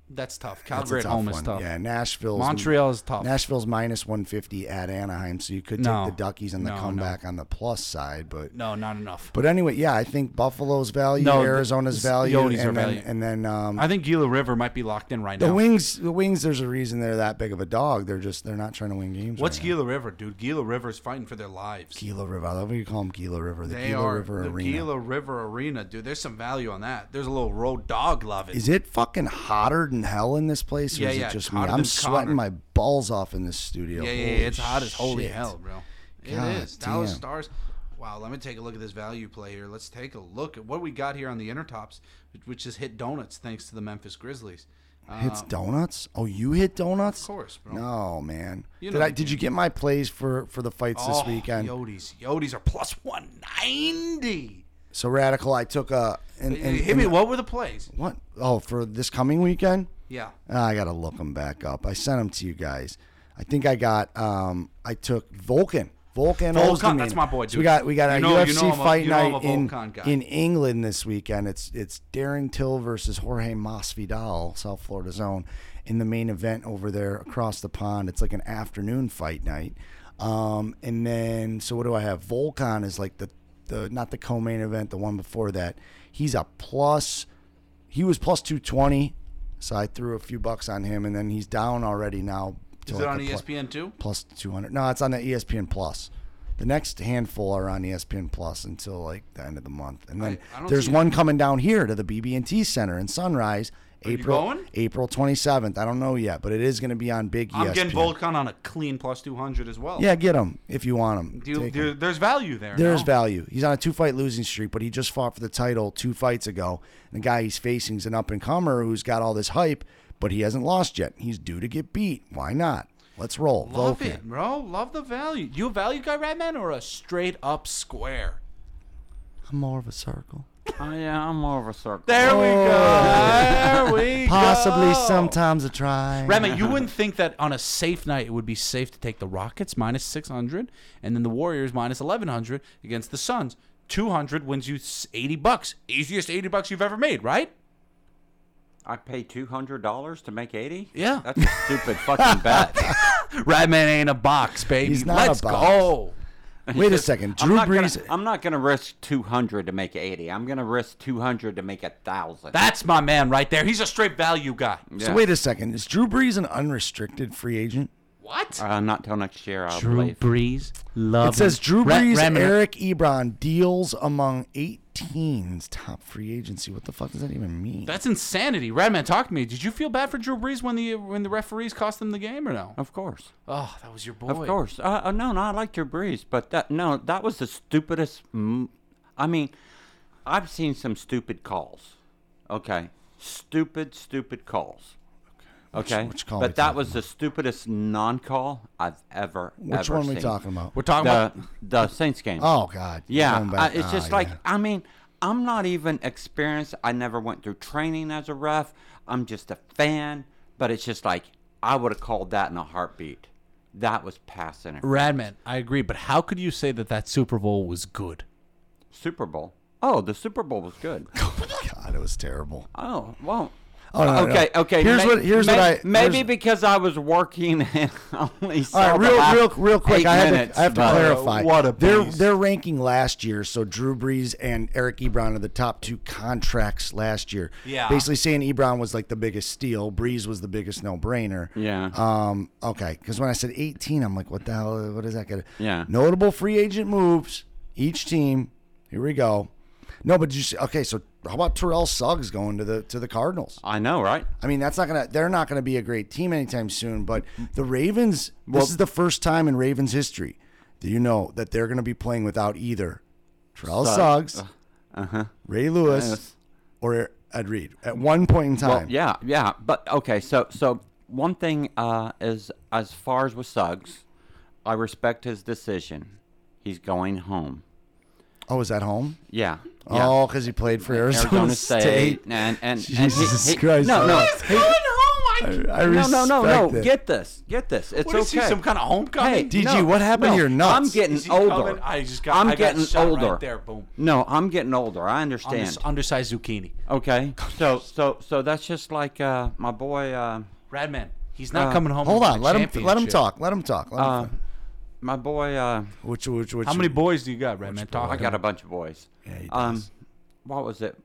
Speaker 2: That's tough.
Speaker 3: That's
Speaker 2: Calgary
Speaker 3: a
Speaker 2: at
Speaker 3: tough
Speaker 2: home
Speaker 3: one.
Speaker 2: is tough.
Speaker 3: Yeah, Nashville's
Speaker 2: Montreal is tough.
Speaker 3: Nashville's minus 150 at Anaheim, so you could take
Speaker 2: No.
Speaker 3: the Duckies and the
Speaker 2: No, no.
Speaker 3: comeback on the plus side, but
Speaker 2: No, not enough.
Speaker 3: but anyway, yeah, I think Buffalo's value,
Speaker 2: No, the-
Speaker 3: Arizona's
Speaker 2: the
Speaker 3: value, and
Speaker 2: Yotes
Speaker 3: then,
Speaker 2: are value.
Speaker 3: and then um,
Speaker 2: I think Gila River might be locked in right
Speaker 3: the
Speaker 2: now.
Speaker 3: wings. The wings. There's a reason they're that big of a dog. They're just they're not trying to win games.
Speaker 2: What's
Speaker 3: right
Speaker 2: Gila River, dude? Gila River's fighting for their lives.
Speaker 3: now. Gila River? I love when you call them Gila River. The
Speaker 2: they
Speaker 3: Gila
Speaker 2: are
Speaker 3: River
Speaker 2: the
Speaker 3: Arena.
Speaker 2: Gila River Arena, dude. There's some value on that. There's a little road dog love it.
Speaker 3: Is it fucking hotter than hell in this place? Or
Speaker 2: Yeah,
Speaker 3: is
Speaker 2: yeah,
Speaker 3: it just
Speaker 2: it's
Speaker 3: me?
Speaker 2: hotter
Speaker 3: I'm
Speaker 2: than
Speaker 3: sweating
Speaker 2: Connor.
Speaker 3: my balls off in this studio.
Speaker 2: yeah, yeah,
Speaker 3: Holy
Speaker 2: yeah, it's hot as holy
Speaker 3: shit.
Speaker 2: hell, bro. It is.
Speaker 3: God
Speaker 2: Dallas
Speaker 3: damn.
Speaker 2: Stars. Wow, let me take a look at this value play here. Let's take a look at what we got here on the Intertops, which- which is hit donuts thanks to the Memphis Grizzlies. Uh,
Speaker 3: Hits donuts? Oh, you hit donuts?
Speaker 2: Of course, bro.
Speaker 3: No, Oh, man.
Speaker 2: You
Speaker 3: did
Speaker 2: know
Speaker 3: I?
Speaker 2: the
Speaker 3: Did you get my plays for for the fights
Speaker 2: Oh,
Speaker 3: this weekend?
Speaker 2: Yodies. Yodies are plus 190.
Speaker 3: So radical. I took a and, and,
Speaker 2: Hit
Speaker 3: and-
Speaker 2: me. What were the plays?
Speaker 3: what? Oh, for this coming weekend.
Speaker 2: Yeah.
Speaker 3: Ah, I gotta look them back up. I sent them to you guys. I think I got. Um, I took Vulcan. Vulcan.
Speaker 2: Volkan,
Speaker 3: Ozdemir.
Speaker 2: that's my boy,
Speaker 3: So
Speaker 2: dude.
Speaker 3: we got we got
Speaker 2: You
Speaker 3: a
Speaker 2: know- you
Speaker 3: UFC
Speaker 2: know I'm a-
Speaker 3: fight
Speaker 2: you know I'm a
Speaker 3: night in,
Speaker 2: Volkan guy.
Speaker 3: in England this weekend. It's it's Darren Till versus Jorge Masvidal, South Florida Zone, in the main event over there across the pond. It's like an afternoon fight night. Um, and then so what do I have? Volkan is like the the not the co-main event, the one before that. He's a plus he was plus 220 so i threw a few bucks on him and then he's down already now to
Speaker 2: Is
Speaker 3: like
Speaker 2: it on E
Speaker 3: a pl-
Speaker 2: ESPN too?
Speaker 3: plus 200 no it's on the E espn plus the next handful are on E espn plus until like the end of the month and then
Speaker 2: I don't
Speaker 3: there's
Speaker 2: see it.
Speaker 3: one coming down here to the bb&t center in sunrise
Speaker 2: you
Speaker 3: april
Speaker 2: going?
Speaker 3: april 27th i don't know yet but it is going to be on big E
Speaker 2: I'm
Speaker 3: ESPN.
Speaker 2: getting Volkan on a clean plus 200 as well.
Speaker 3: yeah get him if you want him
Speaker 2: Do you- there- there's value there.
Speaker 3: there's
Speaker 2: no?
Speaker 3: value. He's on a two fight losing streak, but he just fought for the title two fights ago. And the guy he's facing is an up and comer who's got all this hype, but he hasn't lost yet. He's due to get beat. Why not? Let's roll.
Speaker 2: Love
Speaker 3: Volkan.
Speaker 2: it, bro. Love the value. You a value guy, Ratman, or a straight up square?
Speaker 3: I'm more of a circle.
Speaker 1: Oh yeah, I'm more of a circle.
Speaker 2: There
Speaker 3: Oh.
Speaker 2: we go. There we
Speaker 3: Possibly
Speaker 2: go.
Speaker 3: sometimes a try.
Speaker 2: Ratman, you wouldn't think that on a safe night it would be safe to take the Rockets minus 600 and then the Warriors minus 1100 against the Suns. 200 wins you s- 80 bucks. Easiest 80 bucks you've ever made, right?
Speaker 1: I pay two hundred dollars to make eighty.
Speaker 2: Yeah.
Speaker 1: that's a stupid fucking bet.
Speaker 2: Ratman ain't a box, baby.
Speaker 3: He's not a
Speaker 2: Let's
Speaker 3: box.
Speaker 2: go.
Speaker 3: Wait a second.
Speaker 1: I'm
Speaker 3: Drew
Speaker 1: not, gonna,
Speaker 3: Brees.
Speaker 1: I'm not gonna risk two hundred to make eighty. I'm gonna risk two hundred to make a thousand.
Speaker 2: That's my man right there. He's a straight value guy.
Speaker 1: yeah.
Speaker 3: So wait a second. Is Drew Brees an unrestricted free agent?
Speaker 2: What?
Speaker 1: uh, not till next year, I
Speaker 2: Drew
Speaker 1: believe.
Speaker 2: Brees. Love
Speaker 3: It says
Speaker 2: him.
Speaker 3: Drew
Speaker 2: Ra-
Speaker 3: Brees,
Speaker 2: Ratman-
Speaker 3: Eric Ebron deals among 18's top free agency. What the fuck does that even mean?
Speaker 2: That's insanity. Radman, talk to me. Did you feel bad for Drew Brees when the when the referees cost him the game or no?
Speaker 1: Of course,
Speaker 2: Oh, that was your boy.
Speaker 1: of course. Uh, uh, no, no, I like Drew Brees, but that no, that was the stupidest. M- I mean, I've seen some stupid calls. Okay, stupid, stupid calls. Okay,
Speaker 3: which call we
Speaker 1: but that
Speaker 3: talking
Speaker 1: was the stupidest non-call I've ever.
Speaker 3: Which
Speaker 1: ever
Speaker 3: one are we
Speaker 1: seen.
Speaker 3: talking about?
Speaker 2: We're talking
Speaker 1: The
Speaker 2: about
Speaker 1: the Saints game.
Speaker 3: Oh God. You're
Speaker 1: Yeah,
Speaker 3: going
Speaker 1: I,
Speaker 3: back-
Speaker 1: it's
Speaker 3: ah,
Speaker 1: just like
Speaker 3: yeah.
Speaker 1: I mean, I'm not even experienced. I never went through training as a ref. I'm just a fan, but it's just like I would have called that in a heartbeat. That was pass interference.
Speaker 2: Radman. I agree, but how could you say that that Super Bowl was good?
Speaker 1: Super Bowl. Oh, the Super Bowl was good.
Speaker 3: God, it was terrible.
Speaker 1: Oh, well.
Speaker 3: Oh, no, no,
Speaker 1: okay,
Speaker 3: no.
Speaker 1: okay.
Speaker 3: Here's
Speaker 1: may-
Speaker 3: what- here's what
Speaker 1: may-
Speaker 3: I-
Speaker 1: maybe
Speaker 3: here's-
Speaker 1: because I was working and only saw
Speaker 3: All right,
Speaker 1: the
Speaker 3: real,
Speaker 1: last
Speaker 3: real, real quick.
Speaker 1: eight
Speaker 3: I have,
Speaker 1: minutes,
Speaker 3: to, I have to
Speaker 1: but-
Speaker 3: clarify.
Speaker 2: what a
Speaker 3: their
Speaker 2: beast.
Speaker 3: their ranking last year. So Drew Brees and Eric Ebron are the top two contracts last year.
Speaker 2: Yeah.
Speaker 3: Basically saying Ebron was like the biggest steal. Brees was the biggest no brainer.
Speaker 1: Yeah.
Speaker 3: Um. Okay. Because when I said 18, I'm like, what the hell? What is that gonna?
Speaker 1: Yeah.
Speaker 3: Notable free agent moves. Each team. Here we go. No, but did you see, okay. So how about Terrell Suggs going to the to the Cardinals?
Speaker 1: I know, right?
Speaker 3: I mean, that's not gonna. They're not gonna be a great team anytime soon. But the Ravens. this is the first time in Ravens history. Do you know that they're gonna be playing without either Terrell
Speaker 1: Suggs. Uh, uh-huh.
Speaker 3: Suggs, Ray Lewis,
Speaker 1: Yes.
Speaker 3: or Ed Reed at one point in time?
Speaker 1: Well, yeah, yeah, but okay. So, so one thing uh, is as far as with Suggs, I respect his decision. He's going home.
Speaker 3: Oh, is that home?
Speaker 1: Yeah.
Speaker 3: Oh,
Speaker 1: yeah.
Speaker 3: 'cause Oh, because he played for Arizona,
Speaker 1: Arizona
Speaker 3: State.
Speaker 1: State, and and
Speaker 3: Jesus
Speaker 1: and he, he,
Speaker 3: Christ,
Speaker 1: No, no,
Speaker 3: Suggs.
Speaker 1: he-
Speaker 2: home.
Speaker 3: I
Speaker 1: no,
Speaker 3: respect
Speaker 1: no, no, no.
Speaker 3: it.
Speaker 1: Get this, get this. It's
Speaker 2: What
Speaker 1: okay.
Speaker 2: is he, some kind of
Speaker 1: Hey,
Speaker 2: homecoming?
Speaker 3: DG,
Speaker 1: no,
Speaker 3: what happened to
Speaker 1: no,
Speaker 3: your nuts?
Speaker 1: I'm
Speaker 2: Is he
Speaker 1: getting older.
Speaker 2: coming? I just got-
Speaker 1: I'm
Speaker 2: I got
Speaker 1: getting
Speaker 2: shot right
Speaker 1: older.
Speaker 2: there, boom.
Speaker 1: No, I'm getting older. I
Speaker 2: On
Speaker 1: understand.
Speaker 2: this undersized zucchini.
Speaker 1: Okay. So, so, so that's just like uh, my boy. Uh,
Speaker 2: Radman, he's not
Speaker 1: Uh,
Speaker 2: coming home.
Speaker 3: Hold
Speaker 2: with
Speaker 3: on.
Speaker 2: the
Speaker 3: Let him. Let him
Speaker 2: championship.
Speaker 3: talk. Let him talk. Let him
Speaker 1: uh,
Speaker 3: talk.
Speaker 1: my boy. Uh,
Speaker 3: Which, which, which?
Speaker 2: How many boys do you got, Radman? Talk.
Speaker 1: I got a bunch of boys.
Speaker 3: Yeah, he
Speaker 1: Um,
Speaker 3: does.
Speaker 1: what was it?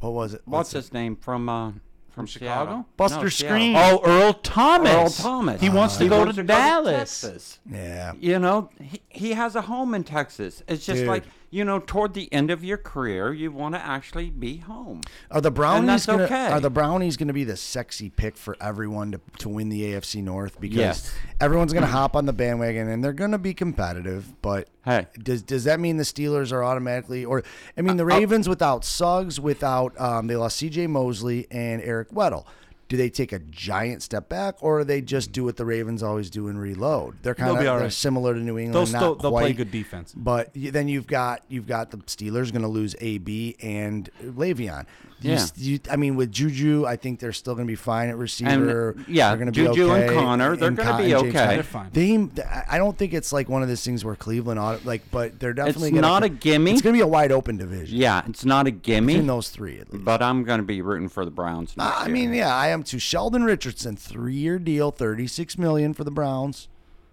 Speaker 3: What was it?
Speaker 1: What's
Speaker 3: it?
Speaker 1: his name from uh, from,
Speaker 2: Chicago?
Speaker 1: Seattle?
Speaker 3: Buster
Speaker 1: No, Seattle.
Speaker 3: Screen.
Speaker 2: Oh, Earl Thomas.
Speaker 1: Earl Thomas. Uh,
Speaker 2: He wants to
Speaker 1: He
Speaker 2: go
Speaker 1: wants
Speaker 2: to
Speaker 1: go
Speaker 2: Dallas.
Speaker 1: Texas.
Speaker 3: Yeah.
Speaker 1: You know, he, he has a home in Texas. It's just
Speaker 3: Dude.
Speaker 1: like you know, toward the end of your career, you want to actually be home.
Speaker 3: Are the brownies
Speaker 1: that's
Speaker 3: gonna,
Speaker 1: okay.
Speaker 3: Are the brownies going to be the sexy pick for everyone to, to win the AFC North? Because
Speaker 1: Yes.
Speaker 3: everyone's going to hop on the bandwagon and they're going to be competitive. But
Speaker 1: Hey.
Speaker 3: does does that mean the Steelers are automatically or
Speaker 2: Uh, oh.
Speaker 3: I mean the Ravens without Suggs without um, they lost C.J. Mosley and Eric Weddle. do they take a giant step back, or do they just do what the Ravens always do and reload? They're kind
Speaker 2: They'll
Speaker 3: of
Speaker 2: be all
Speaker 3: they're
Speaker 2: right.
Speaker 3: similar to New England.
Speaker 2: They'll
Speaker 3: not
Speaker 2: still they'll play
Speaker 3: quite.
Speaker 2: good defense.
Speaker 3: But you- then you've got you've got the Steelers going to lose AB and Le'Veon. You
Speaker 1: Yeah.
Speaker 3: s- you- I mean with Juju, I think they're still going to be fine at receiver.
Speaker 1: yeah,
Speaker 3: they're going to
Speaker 1: Juju
Speaker 3: be
Speaker 1: and
Speaker 3: okay.
Speaker 1: Connor, they're gonna
Speaker 3: Con-
Speaker 1: be
Speaker 3: and James
Speaker 1: okay.
Speaker 3: Conner.
Speaker 2: They're fine.
Speaker 3: They, I- I don't think it's like one of those things where Cleveland ought like, but they're definitely
Speaker 1: It's
Speaker 3: gonna,
Speaker 1: not a gimme.
Speaker 3: It's going to be a wide open division
Speaker 1: Yeah, it's not a
Speaker 3: between
Speaker 1: gimme,
Speaker 3: those three. At least.
Speaker 1: but I'm going to be rooting for the Browns. Next
Speaker 3: I
Speaker 1: year.
Speaker 3: mean, yeah, I am too. Sheldon Richardson, three year deal, thirty six million for the Browns.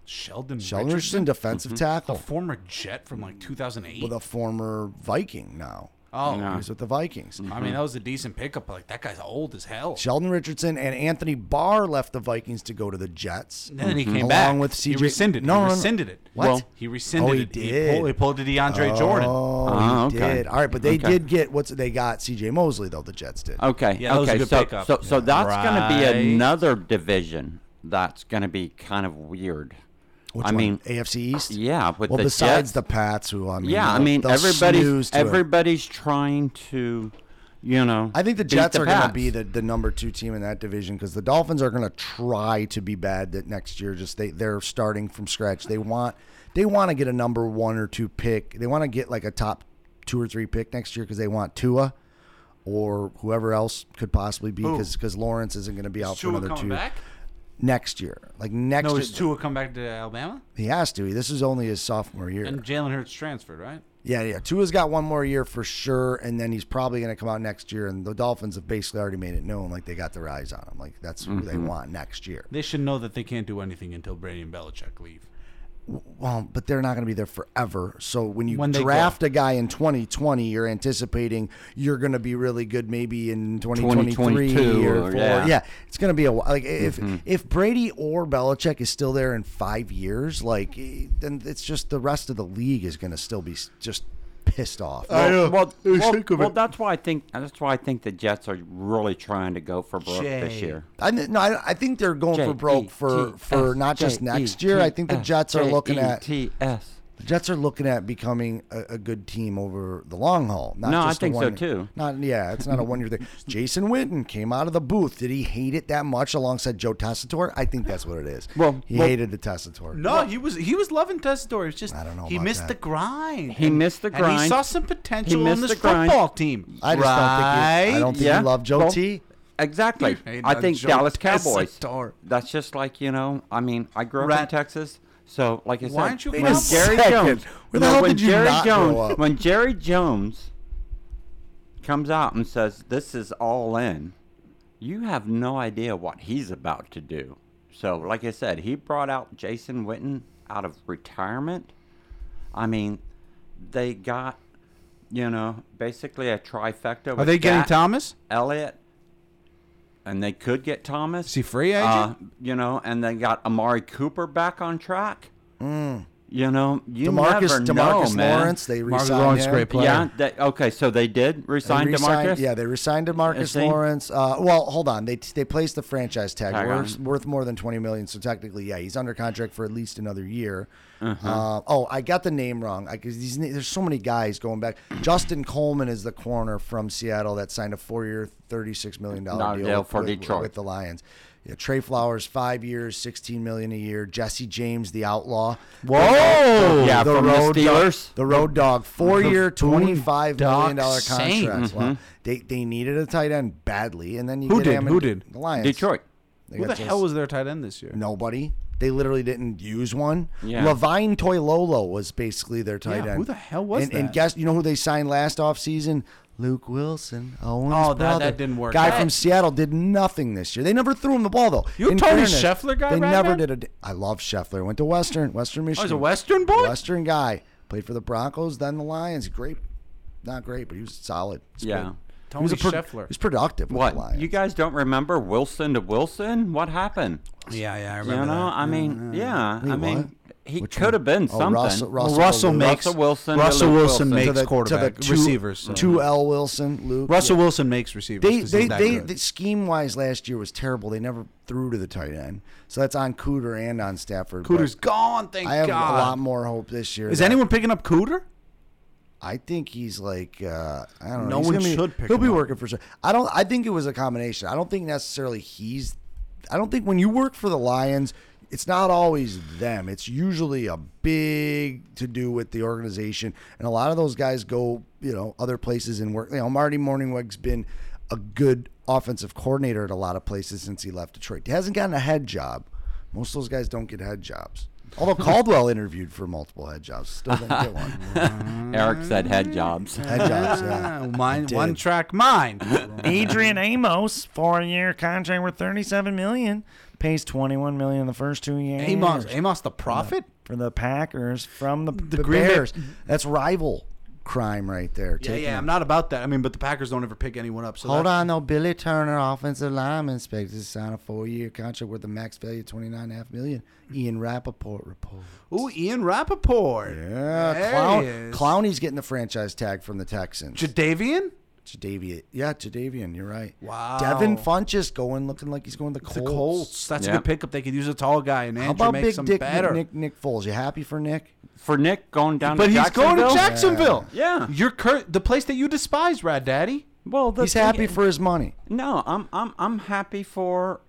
Speaker 2: Sheldon,
Speaker 3: Sheldon
Speaker 2: Richardson,
Speaker 3: Richardson,
Speaker 1: Mm-hmm.
Speaker 3: defensive
Speaker 2: the
Speaker 3: tackle,
Speaker 2: former Jet from like 2008.
Speaker 3: with a former Viking now.
Speaker 2: oh,
Speaker 1: Yeah.
Speaker 3: He was with the Vikings.
Speaker 2: I mean that was a decent pickup. But like that guy's old as hell.
Speaker 3: Sheldon Richardson and Anthony Barr left the Vikings to go to the Jets.
Speaker 2: And then he came
Speaker 3: hmm. Along
Speaker 2: back
Speaker 3: with
Speaker 2: He
Speaker 3: CJ
Speaker 2: rescinded.
Speaker 3: No,
Speaker 2: No,
Speaker 3: no,
Speaker 2: he
Speaker 3: no.
Speaker 2: rescinded it.
Speaker 3: What? Well-
Speaker 2: he rescinded
Speaker 3: Oh, he
Speaker 2: it.
Speaker 3: did.
Speaker 2: He pulled, he pulled to DeAndre Jordan.
Speaker 3: Oh,
Speaker 1: Ah,
Speaker 3: he
Speaker 1: okay.
Speaker 3: did. All right, but they
Speaker 1: Okay. Oh,
Speaker 3: did get what's they got CJ Mosley though the Jets did.
Speaker 1: Okay.
Speaker 2: Yeah, that was a
Speaker 1: okay.
Speaker 2: good
Speaker 1: so,
Speaker 2: pickup.
Speaker 1: so, so
Speaker 2: Yeah.
Speaker 1: that's going to
Speaker 2: Right.
Speaker 1: be another division that's going to be kind of weird.
Speaker 3: Which
Speaker 1: I
Speaker 3: one?
Speaker 1: mean,
Speaker 3: AFC East.
Speaker 1: yeah, with
Speaker 3: Well,
Speaker 1: the
Speaker 3: besides
Speaker 1: Jets-
Speaker 3: the Pats, who I mean,
Speaker 1: yeah, I
Speaker 3: they'll-
Speaker 1: mean,
Speaker 3: they'll snooze
Speaker 1: everybody's
Speaker 3: to it.
Speaker 1: everybody's trying to, you know.
Speaker 3: I think the
Speaker 1: beat
Speaker 3: Jets are going to
Speaker 1: Pats.
Speaker 3: be the, the number two team in that division because the Dolphins are going to try to be bad that next year. Just they they're starting from scratch. They want they want to get a number one or two pick. They want to get like a top two or three pick next year because they want Tua or whoever else could possibly be because Lawrence isn't going to be out for
Speaker 2: Tua
Speaker 3: another
Speaker 2: coming
Speaker 3: two
Speaker 2: back?
Speaker 3: next year. Like next
Speaker 2: No,
Speaker 3: year,
Speaker 2: is Tua come back to Alabama?
Speaker 3: he has to. This is only his sophomore year.
Speaker 2: And Jalen Hurts transferred, right?
Speaker 3: Yeah, yeah. Tua's got one more year for sure, and then he's probably going to come out next year. And the Dolphins have basically already made it known, like they got their eyes on him, like that's who they
Speaker 2: Mm-hmm.
Speaker 3: want next year.
Speaker 2: They should know that they can't do anything until Brady and Belichick leave.
Speaker 3: Well, but they're not going to be there forever. So when you
Speaker 2: When they
Speaker 3: draft a guy in 2020, you're anticipating you're going to be really good, maybe in 2023
Speaker 1: 2022
Speaker 3: or
Speaker 1: or-
Speaker 3: four.
Speaker 1: yeah.
Speaker 3: Yeah. it's going to be a while. Like if
Speaker 2: Mm-hmm.
Speaker 3: if Brady or Belichick is still there in five years, like eh, then it's just the rest of the league is going to still be s- just pissed off.
Speaker 1: Well, well, well, well, that's why I think that's why I think the Jets are really trying to go for broke this
Speaker 2: Jay.
Speaker 1: year.
Speaker 3: I th- no, I, I think they're going for
Speaker 1: E,
Speaker 3: broke for for not just next year. I think the Jets are
Speaker 1: E
Speaker 3: looking at
Speaker 1: T-S.
Speaker 3: the Jets are looking at becoming a, a good team over the long haul. Not
Speaker 1: No, I
Speaker 3: just a
Speaker 1: think so,
Speaker 3: one-
Speaker 1: too.
Speaker 3: Not yeah, it's not a one year thing. Jason Witten came out of the booth. Did he hate it that much alongside Joe Tessitore? I think that's what it is.
Speaker 1: Well,
Speaker 3: he
Speaker 1: well-
Speaker 3: hated the Tessitore.
Speaker 2: No, he was he was loving Tessitore. It's just
Speaker 3: I don't know
Speaker 2: he
Speaker 3: about
Speaker 2: missed
Speaker 3: that.
Speaker 2: the grind.
Speaker 1: He missed the
Speaker 2: And he
Speaker 1: grind.
Speaker 2: saw some potential
Speaker 1: missed
Speaker 2: in this
Speaker 1: the grind.
Speaker 2: football team.
Speaker 3: I just don't think he, I don't think
Speaker 1: Yeah.
Speaker 3: he loved Joe
Speaker 1: Well,
Speaker 3: T.
Speaker 1: Exactly.
Speaker 2: Hey,
Speaker 1: I
Speaker 2: now
Speaker 1: think
Speaker 2: Joe
Speaker 1: Dallas Cowboys.
Speaker 2: Tessitore.
Speaker 1: That's just like you know. I mean, I grew up in
Speaker 2: Rat-
Speaker 1: Texas, so like I said,
Speaker 2: Why aren't you
Speaker 1: when
Speaker 2: grown up?
Speaker 1: Jerry
Speaker 3: Second.
Speaker 1: Jones,
Speaker 3: Where the
Speaker 1: no,
Speaker 3: hell
Speaker 1: when
Speaker 3: did you
Speaker 1: Jerry
Speaker 3: not grow
Speaker 1: Jones,
Speaker 3: up?
Speaker 1: when Jerry Jones comes out and says this is all in, you have no idea what he's about to do. So, like I said, he brought out Jason Witten out of retirement. I mean, they got, you know, basically a trifecta.
Speaker 2: Are they getting
Speaker 1: Dak,
Speaker 2: Thomas?
Speaker 1: Elliott, and they could get Thomas.
Speaker 2: Is he free agent?
Speaker 1: Uh, you know, and they got Amari Cooper back on track. You know, you
Speaker 3: Hmm. Demarcus
Speaker 1: never
Speaker 3: Demarcus
Speaker 1: know, man.
Speaker 3: Lawrence. They
Speaker 2: Marcus
Speaker 3: resigned
Speaker 2: Lawrence,
Speaker 3: him.
Speaker 2: great player.
Speaker 1: Yeah. They, okay, so they did
Speaker 3: They
Speaker 1: resign
Speaker 3: re-signed-
Speaker 1: Demarcus.
Speaker 3: Yeah, they resigned to Marcus
Speaker 1: see?
Speaker 3: Lawrence. Uh, well, hold on. They they placed the franchise tag
Speaker 1: Tag
Speaker 3: worth,
Speaker 1: on.
Speaker 3: worth more than twenty million. So technically, yeah, he's under contract for at least another year.
Speaker 1: Uh-huh.
Speaker 3: Uh, oh, I got the name wrong. I, 'cause these, na- there's so many guys going back. Justin Coleman is the corner from Seattle that signed a four-year, thirty-six million dollar
Speaker 1: Not
Speaker 3: deal,
Speaker 1: deal
Speaker 3: with-
Speaker 1: for
Speaker 3: with-
Speaker 1: Detroit.
Speaker 3: with the Lions. Yeah, Trey Flowers, five years, sixteen million a year. Jesse James, the outlaw.
Speaker 2: Whoa!
Speaker 1: Yeah, from the Steelers.
Speaker 3: Dog, the road dog, four-year, twenty-five million dollar
Speaker 2: Dog Saint. Mm-hmm.
Speaker 3: contract. Wow. They they needed a tight end badly, and then you
Speaker 2: Who
Speaker 3: get
Speaker 2: did?
Speaker 3: Hammond-
Speaker 2: Who did?
Speaker 3: The Lions.
Speaker 1: Detroit.
Speaker 3: They
Speaker 2: Who the
Speaker 3: got
Speaker 2: hell
Speaker 3: just
Speaker 2: was their tight end this year?
Speaker 3: nobody? They literally didn't use one.
Speaker 1: Yeah.
Speaker 3: Levine Toilolo was basically their tight
Speaker 2: Yeah,
Speaker 3: end.
Speaker 2: who the hell was
Speaker 3: and, And
Speaker 2: that?
Speaker 3: guess you know who they signed last offseason? Luke Wilson. Owen's
Speaker 2: Oh, that-
Speaker 3: brother.
Speaker 2: that didn't work
Speaker 3: Guy
Speaker 2: out.
Speaker 3: from Seattle did nothing this year. They never threw him the ball though.
Speaker 2: You a
Speaker 3: In
Speaker 2: Tony
Speaker 3: fairness,
Speaker 2: Scheffler guy
Speaker 3: They
Speaker 2: right
Speaker 3: never
Speaker 2: now?
Speaker 3: did a. I love Scheffler. Went to Western, Western Michigan.
Speaker 2: Oh, he's a Western boy.
Speaker 3: Western guy. Played for the Broncos, then the Lions. Great, not great, but he was solid. He's
Speaker 1: Yeah.
Speaker 3: good.
Speaker 2: Tony
Speaker 3: he was a pro-
Speaker 2: Scheffler.
Speaker 3: He was productive. With
Speaker 1: What?
Speaker 3: The Lions.
Speaker 1: You guys don't remember Wilson to Wilson? What happened?
Speaker 2: Yeah, yeah, I
Speaker 1: You
Speaker 2: remember.
Speaker 1: know,
Speaker 2: that.
Speaker 1: I mean, yeah,
Speaker 3: Wait,
Speaker 1: I mean,
Speaker 3: what?
Speaker 1: he
Speaker 3: Which
Speaker 1: could
Speaker 3: one?
Speaker 1: have been
Speaker 3: Oh,
Speaker 1: something.
Speaker 3: Russell- Russell
Speaker 2: Well, Russell
Speaker 3: Wilson.
Speaker 2: makes
Speaker 1: Russell Wilson to
Speaker 2: Russell
Speaker 1: Luke Wilson.
Speaker 2: Wilson makes
Speaker 3: to the,
Speaker 2: quarterback
Speaker 3: to the two,
Speaker 2: receivers. so-
Speaker 3: Two L Wilson, Luke.
Speaker 2: Russell
Speaker 3: Yeah.
Speaker 2: Wilson makes receivers.
Speaker 3: They
Speaker 2: 'cause
Speaker 3: they
Speaker 2: he's that
Speaker 3: they,
Speaker 2: good.
Speaker 3: scheme wise last year was terrible. They never threw to the tight end, so that's on Cooter and on Stafford. but
Speaker 2: Cooter's gone. Thank
Speaker 3: I have
Speaker 2: God.
Speaker 3: a lot more hope this year.
Speaker 2: Is
Speaker 3: that-
Speaker 2: anyone picking up Cooter?
Speaker 3: I think he's like uh, I don't
Speaker 4: No
Speaker 3: know. he's
Speaker 4: one
Speaker 3: gonna be-
Speaker 4: should pick
Speaker 3: He'll
Speaker 4: him
Speaker 3: be
Speaker 4: up.
Speaker 3: working for sure. I don't. I think it was a combination. I don't think necessarily he's. I don't think when you work for the Lions, it's not always them. It's usually a big to do with the organization, and a lot of those guys go you know other places and work. You know, Marty Morningweg's been a good offensive coordinator at a lot of places since he left Detroit. He hasn't gotten a head job. Most of those guys don't get head jobs. Although Caldwell interviewed for multiple head jobs, still didn't get one.
Speaker 1: Eric said
Speaker 3: Mm.
Speaker 1: head jobs.
Speaker 3: Head jobs, yeah.
Speaker 2: Ah, mine, one track mind.
Speaker 4: Adrian Amos, four-year contract worth thirty-seven million, pays twenty-one million in the first two years
Speaker 2: Amos, Amos the prophet.
Speaker 4: for the Packers from the,
Speaker 3: the Bears. That's rival crime right there.
Speaker 2: Yeah,
Speaker 3: Taking
Speaker 2: yeah,
Speaker 3: him.
Speaker 2: I'm not about that. I mean, but the Packers don't ever pick anyone up. So
Speaker 3: Hold
Speaker 2: that-
Speaker 3: on, though. Billy Turner, offensive lineman, expected to sign a four-year contract worth a max value of twenty-nine and a half million. Ian Rappaport report.
Speaker 2: Ooh, Ian Rappaport.
Speaker 3: Yeah,
Speaker 2: There
Speaker 3: Clown-
Speaker 2: he is.
Speaker 3: Clowney's getting the franchise tag from the Texans.
Speaker 2: Jadavian?
Speaker 3: Jadavian, yeah, Jadavian, you're right.
Speaker 2: Wow.
Speaker 3: Devin Funches going, looking like he's going to the
Speaker 2: The
Speaker 3: Colts.
Speaker 2: Colts. That's
Speaker 1: Yeah.
Speaker 2: a good pickup. They could use a tall guy and
Speaker 3: How
Speaker 2: Andrew
Speaker 3: about
Speaker 2: makes
Speaker 3: Big
Speaker 2: them
Speaker 3: Dick
Speaker 2: better.
Speaker 3: Nick, Nick Nick Foles? You happy for Nick?
Speaker 1: For Nick going down
Speaker 2: but
Speaker 1: to
Speaker 2: he's going to
Speaker 1: Jacksonville?
Speaker 2: Jacksonville.
Speaker 1: Yeah.
Speaker 2: You're cur- the place that you despise, Rad Daddy.
Speaker 1: Well, the
Speaker 3: He's
Speaker 1: thing
Speaker 3: happy
Speaker 1: is-
Speaker 3: for his money.
Speaker 1: No, I'm I'm I'm happy for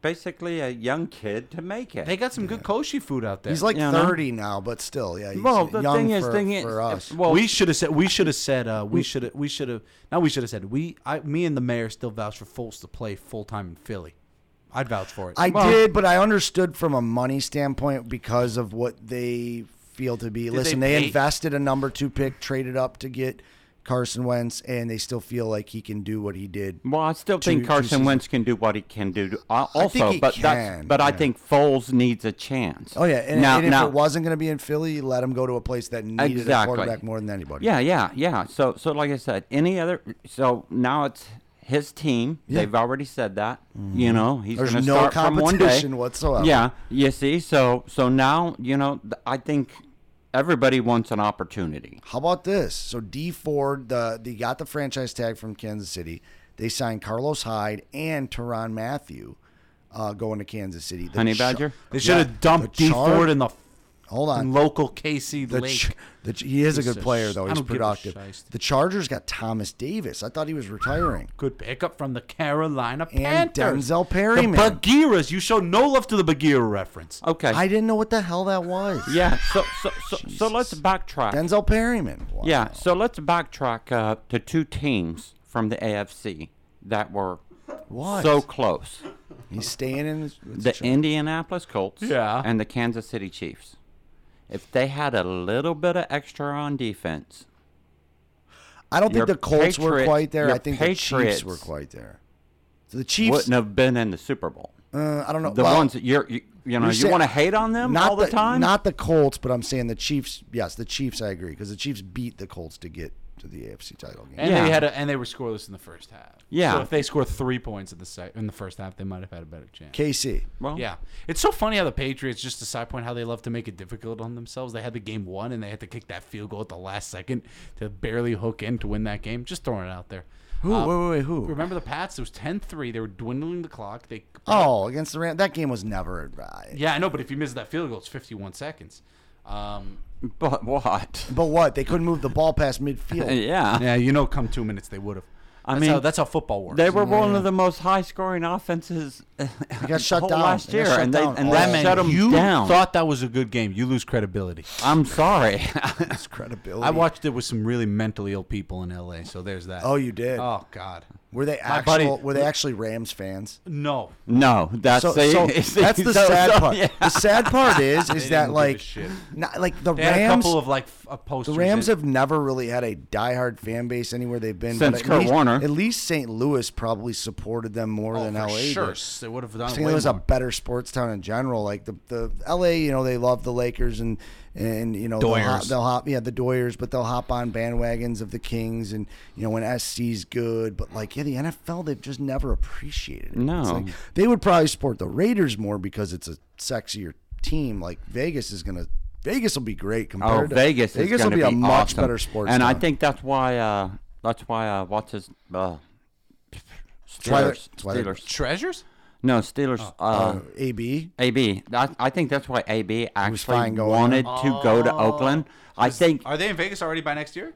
Speaker 1: basically a young kid to make it.
Speaker 2: They got some good koshi food out there.
Speaker 3: He's like
Speaker 1: You know?
Speaker 3: 30 now, but still, yeah. He's
Speaker 1: well, the
Speaker 3: young
Speaker 1: thing is,
Speaker 3: for,
Speaker 1: thing is, uh,
Speaker 3: for us.
Speaker 1: well,
Speaker 2: we should have said. We should have said. Uh, we should. have We should have. Now we should have said. We. I. Me and the mayor still vouch for Foles to play full time in Philly. I'd vouch for it.
Speaker 3: I did, but I understood from a money standpoint because of what they feel to be. Listen,
Speaker 2: they
Speaker 3: they,
Speaker 2: pay-
Speaker 3: invested a number two pick, traded up to get Carson Wentz, and they still feel like he can do what he did.
Speaker 1: Well, I still think
Speaker 3: two
Speaker 1: Carson
Speaker 3: seasons.
Speaker 1: Wentz can do what he can do. to- I-
Speaker 3: I
Speaker 1: Also,
Speaker 3: think he
Speaker 1: but that's
Speaker 3: can,
Speaker 1: but I
Speaker 3: yeah.
Speaker 1: think Foles needs a chance.
Speaker 3: Oh yeah, and,
Speaker 1: now
Speaker 3: and if
Speaker 1: now
Speaker 3: it wasn't going to be in Philly, let him go to a place that needed a
Speaker 1: Exactly.
Speaker 3: quarterback more than anybody.
Speaker 1: yeah yeah yeah. So so like I said, any other so now it's his team. They've already said that. You know he's
Speaker 3: Mm-hmm. There's
Speaker 1: going to
Speaker 3: no
Speaker 1: start from one day.
Speaker 3: competition whatsoever.
Speaker 1: Yeah, you see. So so now you know th- I think everybody wants an opportunity.
Speaker 3: How about this? So D Ford, the they got the franchise tag from Kansas City. They signed Carlos Hyde and Teron Matthew uh, going to Kansas City. The
Speaker 1: Honey
Speaker 3: Ch-
Speaker 1: Badger?
Speaker 2: they should have dumped
Speaker 3: the
Speaker 2: D
Speaker 3: char-
Speaker 2: Ford in the
Speaker 3: Hold on.
Speaker 2: local KC
Speaker 3: Uh, The
Speaker 2: Lake.
Speaker 3: Ch- the Ch- he is a
Speaker 2: He's
Speaker 3: good
Speaker 2: a
Speaker 3: player
Speaker 2: sh-
Speaker 3: though.
Speaker 2: I
Speaker 3: He's
Speaker 2: don't give a
Speaker 3: productive.
Speaker 2: shite.
Speaker 3: The Chargers got Thomas Davis. I thought he was retiring.
Speaker 2: Good pickup from the Carolina
Speaker 3: And
Speaker 2: Panthers.
Speaker 3: Denzel Perryman.
Speaker 2: The Bagheeras. You show no love to the Bagheera reference.
Speaker 1: Okay.
Speaker 3: I didn't know what the hell that was.
Speaker 1: yeah. So so so, so let's backtrack.
Speaker 3: Denzel Perryman. Wow.
Speaker 1: Yeah, so let's backtrack uh, to two teams from the AFC that were
Speaker 3: What?
Speaker 1: so close:
Speaker 3: He's staying in. His,
Speaker 1: the Indianapolis Colts
Speaker 2: Yeah.
Speaker 1: and the Kansas City Chiefs. If they had a little bit of extra on defense,
Speaker 3: I don't
Speaker 1: your
Speaker 3: think the Colts were
Speaker 1: Patriots-
Speaker 3: quite there.
Speaker 1: your
Speaker 3: I think
Speaker 1: Patriots
Speaker 3: the Chiefs were quite there. So the Chiefs.
Speaker 1: wouldn't have been in the Super Bowl.
Speaker 3: uh, I don't know.
Speaker 1: The
Speaker 3: well,
Speaker 1: ones that you're, you, you know,
Speaker 3: you're
Speaker 1: you
Speaker 3: saying-
Speaker 1: want to hate on them all the, time.
Speaker 3: Not the Colts, but I'm saying the Chiefs. Yes, the Chiefs. I agree because the Chiefs beat the Colts to get to the AFC title game.
Speaker 2: And
Speaker 1: Yeah.
Speaker 2: they had a, and they were scoreless in the first half.
Speaker 1: Yeah.
Speaker 2: So if they scored three points in the sec- in the first half, they might have had a better chance.
Speaker 3: KC.
Speaker 1: well,
Speaker 2: Yeah, it's so funny how the Patriots just to side point how they love to make it difficult on themselves. They had the game won and they had to kick that field goal at the last second to barely hook in to win that game. Just throwing it out there.
Speaker 3: Who?
Speaker 2: Uh,
Speaker 3: wait, wait, wait, who?
Speaker 2: Remember the Pats? It was 10-3. They were dwindling the clock. They
Speaker 3: Oh, against the Rams. That game was never. Uh,
Speaker 2: yeah, I know, but if you miss that field goal, it's fifty one seconds. Um,
Speaker 1: but what?
Speaker 3: But what? They couldn't move the ball past midfield.
Speaker 1: yeah,
Speaker 2: yeah, you know, come two minutes they would have.
Speaker 1: I
Speaker 2: That's
Speaker 1: mean,
Speaker 2: how, that's how football works.
Speaker 1: They were one of the most high-scoring offenses
Speaker 3: got shut
Speaker 1: whole
Speaker 3: down.
Speaker 1: last
Speaker 3: They
Speaker 1: year,
Speaker 3: got shut
Speaker 1: and they and
Speaker 3: down. That
Speaker 1: they
Speaker 2: Batman,
Speaker 3: man,
Speaker 1: shut them
Speaker 2: you
Speaker 1: down.
Speaker 2: thought that was a good game. You lose credibility.
Speaker 1: I'm sorry.
Speaker 3: That's credibility.
Speaker 2: I watched it with some really mentally ill people in L.A. So there's that.
Speaker 3: Oh, you did.
Speaker 2: Oh God.
Speaker 3: were they
Speaker 2: my
Speaker 3: actual?
Speaker 2: buddy-
Speaker 3: were they actually Rams fans?
Speaker 2: No.
Speaker 1: no, that's
Speaker 3: So,
Speaker 1: the,
Speaker 3: so
Speaker 1: see,
Speaker 3: that's the
Speaker 1: so-
Speaker 3: sad
Speaker 1: so,
Speaker 3: part.
Speaker 1: yeah.
Speaker 3: The sad part is,
Speaker 2: didn't
Speaker 3: is
Speaker 2: give
Speaker 3: that
Speaker 2: a
Speaker 3: like,
Speaker 2: shit.
Speaker 3: not like the
Speaker 2: They had a
Speaker 3: Rams.
Speaker 2: couple of like f- uh, posters.
Speaker 3: The Rams
Speaker 2: that-
Speaker 3: have never really had a diehard fan base anywhere they've been.
Speaker 1: Since
Speaker 3: but at
Speaker 1: Kurt
Speaker 3: least,
Speaker 1: Warner.
Speaker 3: at least St. Louis probably supported them more
Speaker 2: oh,
Speaker 3: than
Speaker 2: for
Speaker 3: LA. did.
Speaker 2: sure. They would have done. it
Speaker 3: St.
Speaker 2: way
Speaker 3: Louis is a
Speaker 2: more.
Speaker 3: better sports town in general. Like the, the LA, you know, they love the Lakers and and you know they'll
Speaker 2: Doyers.
Speaker 3: hop, they'll hop yeah the Doyers, but they'll hop on bandwagons of the Kings and you know when SC's good, but like yeah the NFL they've just never appreciated. It.
Speaker 1: No.
Speaker 3: It's like, they would probably support the Raiders more because it's a sexier team. Like Vegas is gonna. Vegas will be great
Speaker 1: Oh,
Speaker 3: compared to
Speaker 1: Vegas,
Speaker 3: Vegas
Speaker 1: is
Speaker 3: will
Speaker 1: gonna
Speaker 3: be, a much
Speaker 1: awesome.
Speaker 3: better sports.
Speaker 1: and I
Speaker 3: town.
Speaker 1: think that's why. Uh, that's why. Uh, what's his? Uh,
Speaker 3: why they're-
Speaker 1: Steelers.
Speaker 3: that's why they're-
Speaker 1: Steelers.
Speaker 2: treasures.
Speaker 1: No, Steelers.
Speaker 3: Oh,
Speaker 1: uh,
Speaker 3: AB.
Speaker 1: AB. I, I think that's why AB actually
Speaker 3: fine going
Speaker 1: wanted to go to Oakland. I think
Speaker 2: Are they in Vegas already by next year?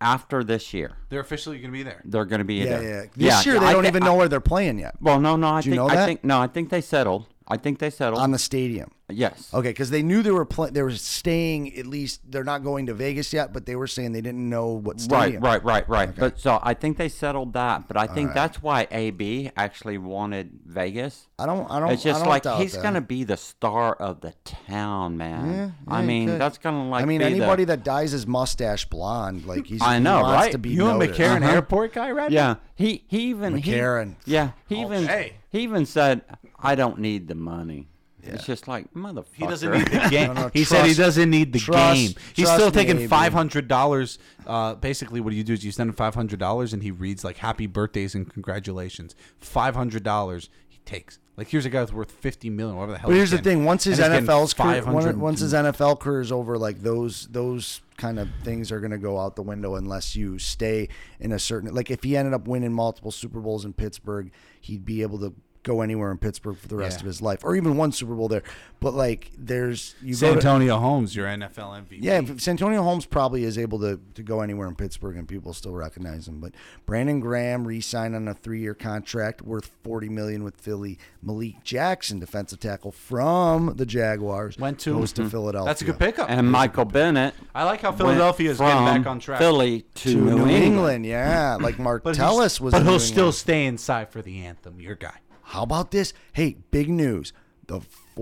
Speaker 1: after this year,
Speaker 2: They're officially going to be there.
Speaker 1: they're going to be
Speaker 3: Yeah,
Speaker 1: there.
Speaker 3: yeah. This year they
Speaker 1: I
Speaker 3: don't
Speaker 1: thi-
Speaker 3: even
Speaker 1: I-
Speaker 3: know where they're playing yet
Speaker 1: well, no, no. I
Speaker 3: you
Speaker 1: think
Speaker 3: know
Speaker 1: I
Speaker 3: that?
Speaker 1: think no. I think they settled. I think they settled.
Speaker 3: on the stadium.
Speaker 1: yes.
Speaker 3: Okay, because they knew they were playing. They were staying at least. They're not going to Vegas yet, but they were saying they didn't know what stadium.
Speaker 1: Right, right, right, right. But so I think they settled that. But I think that's why AB actually wanted Vegas.
Speaker 3: I don't. I don't.
Speaker 1: it's just
Speaker 3: I don't
Speaker 1: like
Speaker 3: doubt
Speaker 1: he's
Speaker 3: that.
Speaker 1: gonna be the star of the town, man.
Speaker 3: yeah,
Speaker 1: I
Speaker 3: he
Speaker 1: mean,
Speaker 3: could.
Speaker 1: that's gonna like.
Speaker 3: I mean,
Speaker 1: be
Speaker 3: anybody
Speaker 1: The,
Speaker 3: that dyes his mustache blonde, like he's.
Speaker 1: I know,
Speaker 3: he wants
Speaker 1: right?
Speaker 3: To be
Speaker 1: You
Speaker 2: and
Speaker 3: noticed.
Speaker 2: McCarron- An
Speaker 1: Uh-huh.
Speaker 2: airport guy, right?
Speaker 1: Yeah, he he even he-
Speaker 3: McCarron.
Speaker 1: yeah,
Speaker 2: Oh,
Speaker 1: he even
Speaker 2: Okay.
Speaker 1: he even said, "I don't need the money." It's just like motherfucker.
Speaker 2: He doesn't need the game.
Speaker 3: no,
Speaker 2: he said he
Speaker 3: trust-
Speaker 2: doesn't need the
Speaker 3: trust-
Speaker 2: game. He's
Speaker 3: trust
Speaker 2: still
Speaker 3: me,
Speaker 2: taking
Speaker 3: AB.
Speaker 2: five hundred dollars. Uh, basically, what you do is you send him five hundred dollars, and he reads like "Happy birthdays" and "Congratulations." Five hundred dollars he takes. Like here's a guy that's worth fifty million. Whatever the hell.
Speaker 3: But here's
Speaker 2: he's
Speaker 3: the
Speaker 2: getting.
Speaker 3: thing: once his
Speaker 2: And he's getting
Speaker 3: NFL's career,
Speaker 2: 500
Speaker 3: one- once his NFL career is over, like those those kind of things are going to go out the window unless you stay in a certain. Like if he ended up winning multiple Super Bowls in Pittsburgh, he'd be able to go anywhere in Pittsburgh for the rest
Speaker 2: Yeah.
Speaker 3: of his life, or even one Super Bowl there. But like, there's you
Speaker 2: San
Speaker 3: go to,
Speaker 2: Antonio Holmes, your NFL MVP.
Speaker 3: yeah, if Santonio Holmes probably is able to, to go anywhere in Pittsburgh and people still recognize him. But Brandon Graham re-signed on a three-year contract worth forty million with Philly. Malik Jackson, defensive tackle from the Jaguars,
Speaker 2: Went to- Mm-hmm.
Speaker 3: goes to Philadelphia.
Speaker 2: that's a good pickup.
Speaker 1: And Michael Bennett.
Speaker 2: I like how
Speaker 1: went
Speaker 2: Philadelphia is getting
Speaker 1: from
Speaker 2: back on track.
Speaker 1: Philly to,
Speaker 3: to New, England.
Speaker 1: England.
Speaker 3: yeah. Like
Speaker 2: But
Speaker 3: Martellus
Speaker 2: he's-
Speaker 3: was.
Speaker 2: But
Speaker 3: in
Speaker 2: he'll
Speaker 3: New
Speaker 2: still
Speaker 3: England.
Speaker 2: stay inside for the anthem. Your guy.
Speaker 3: How about this? Hey, big news: the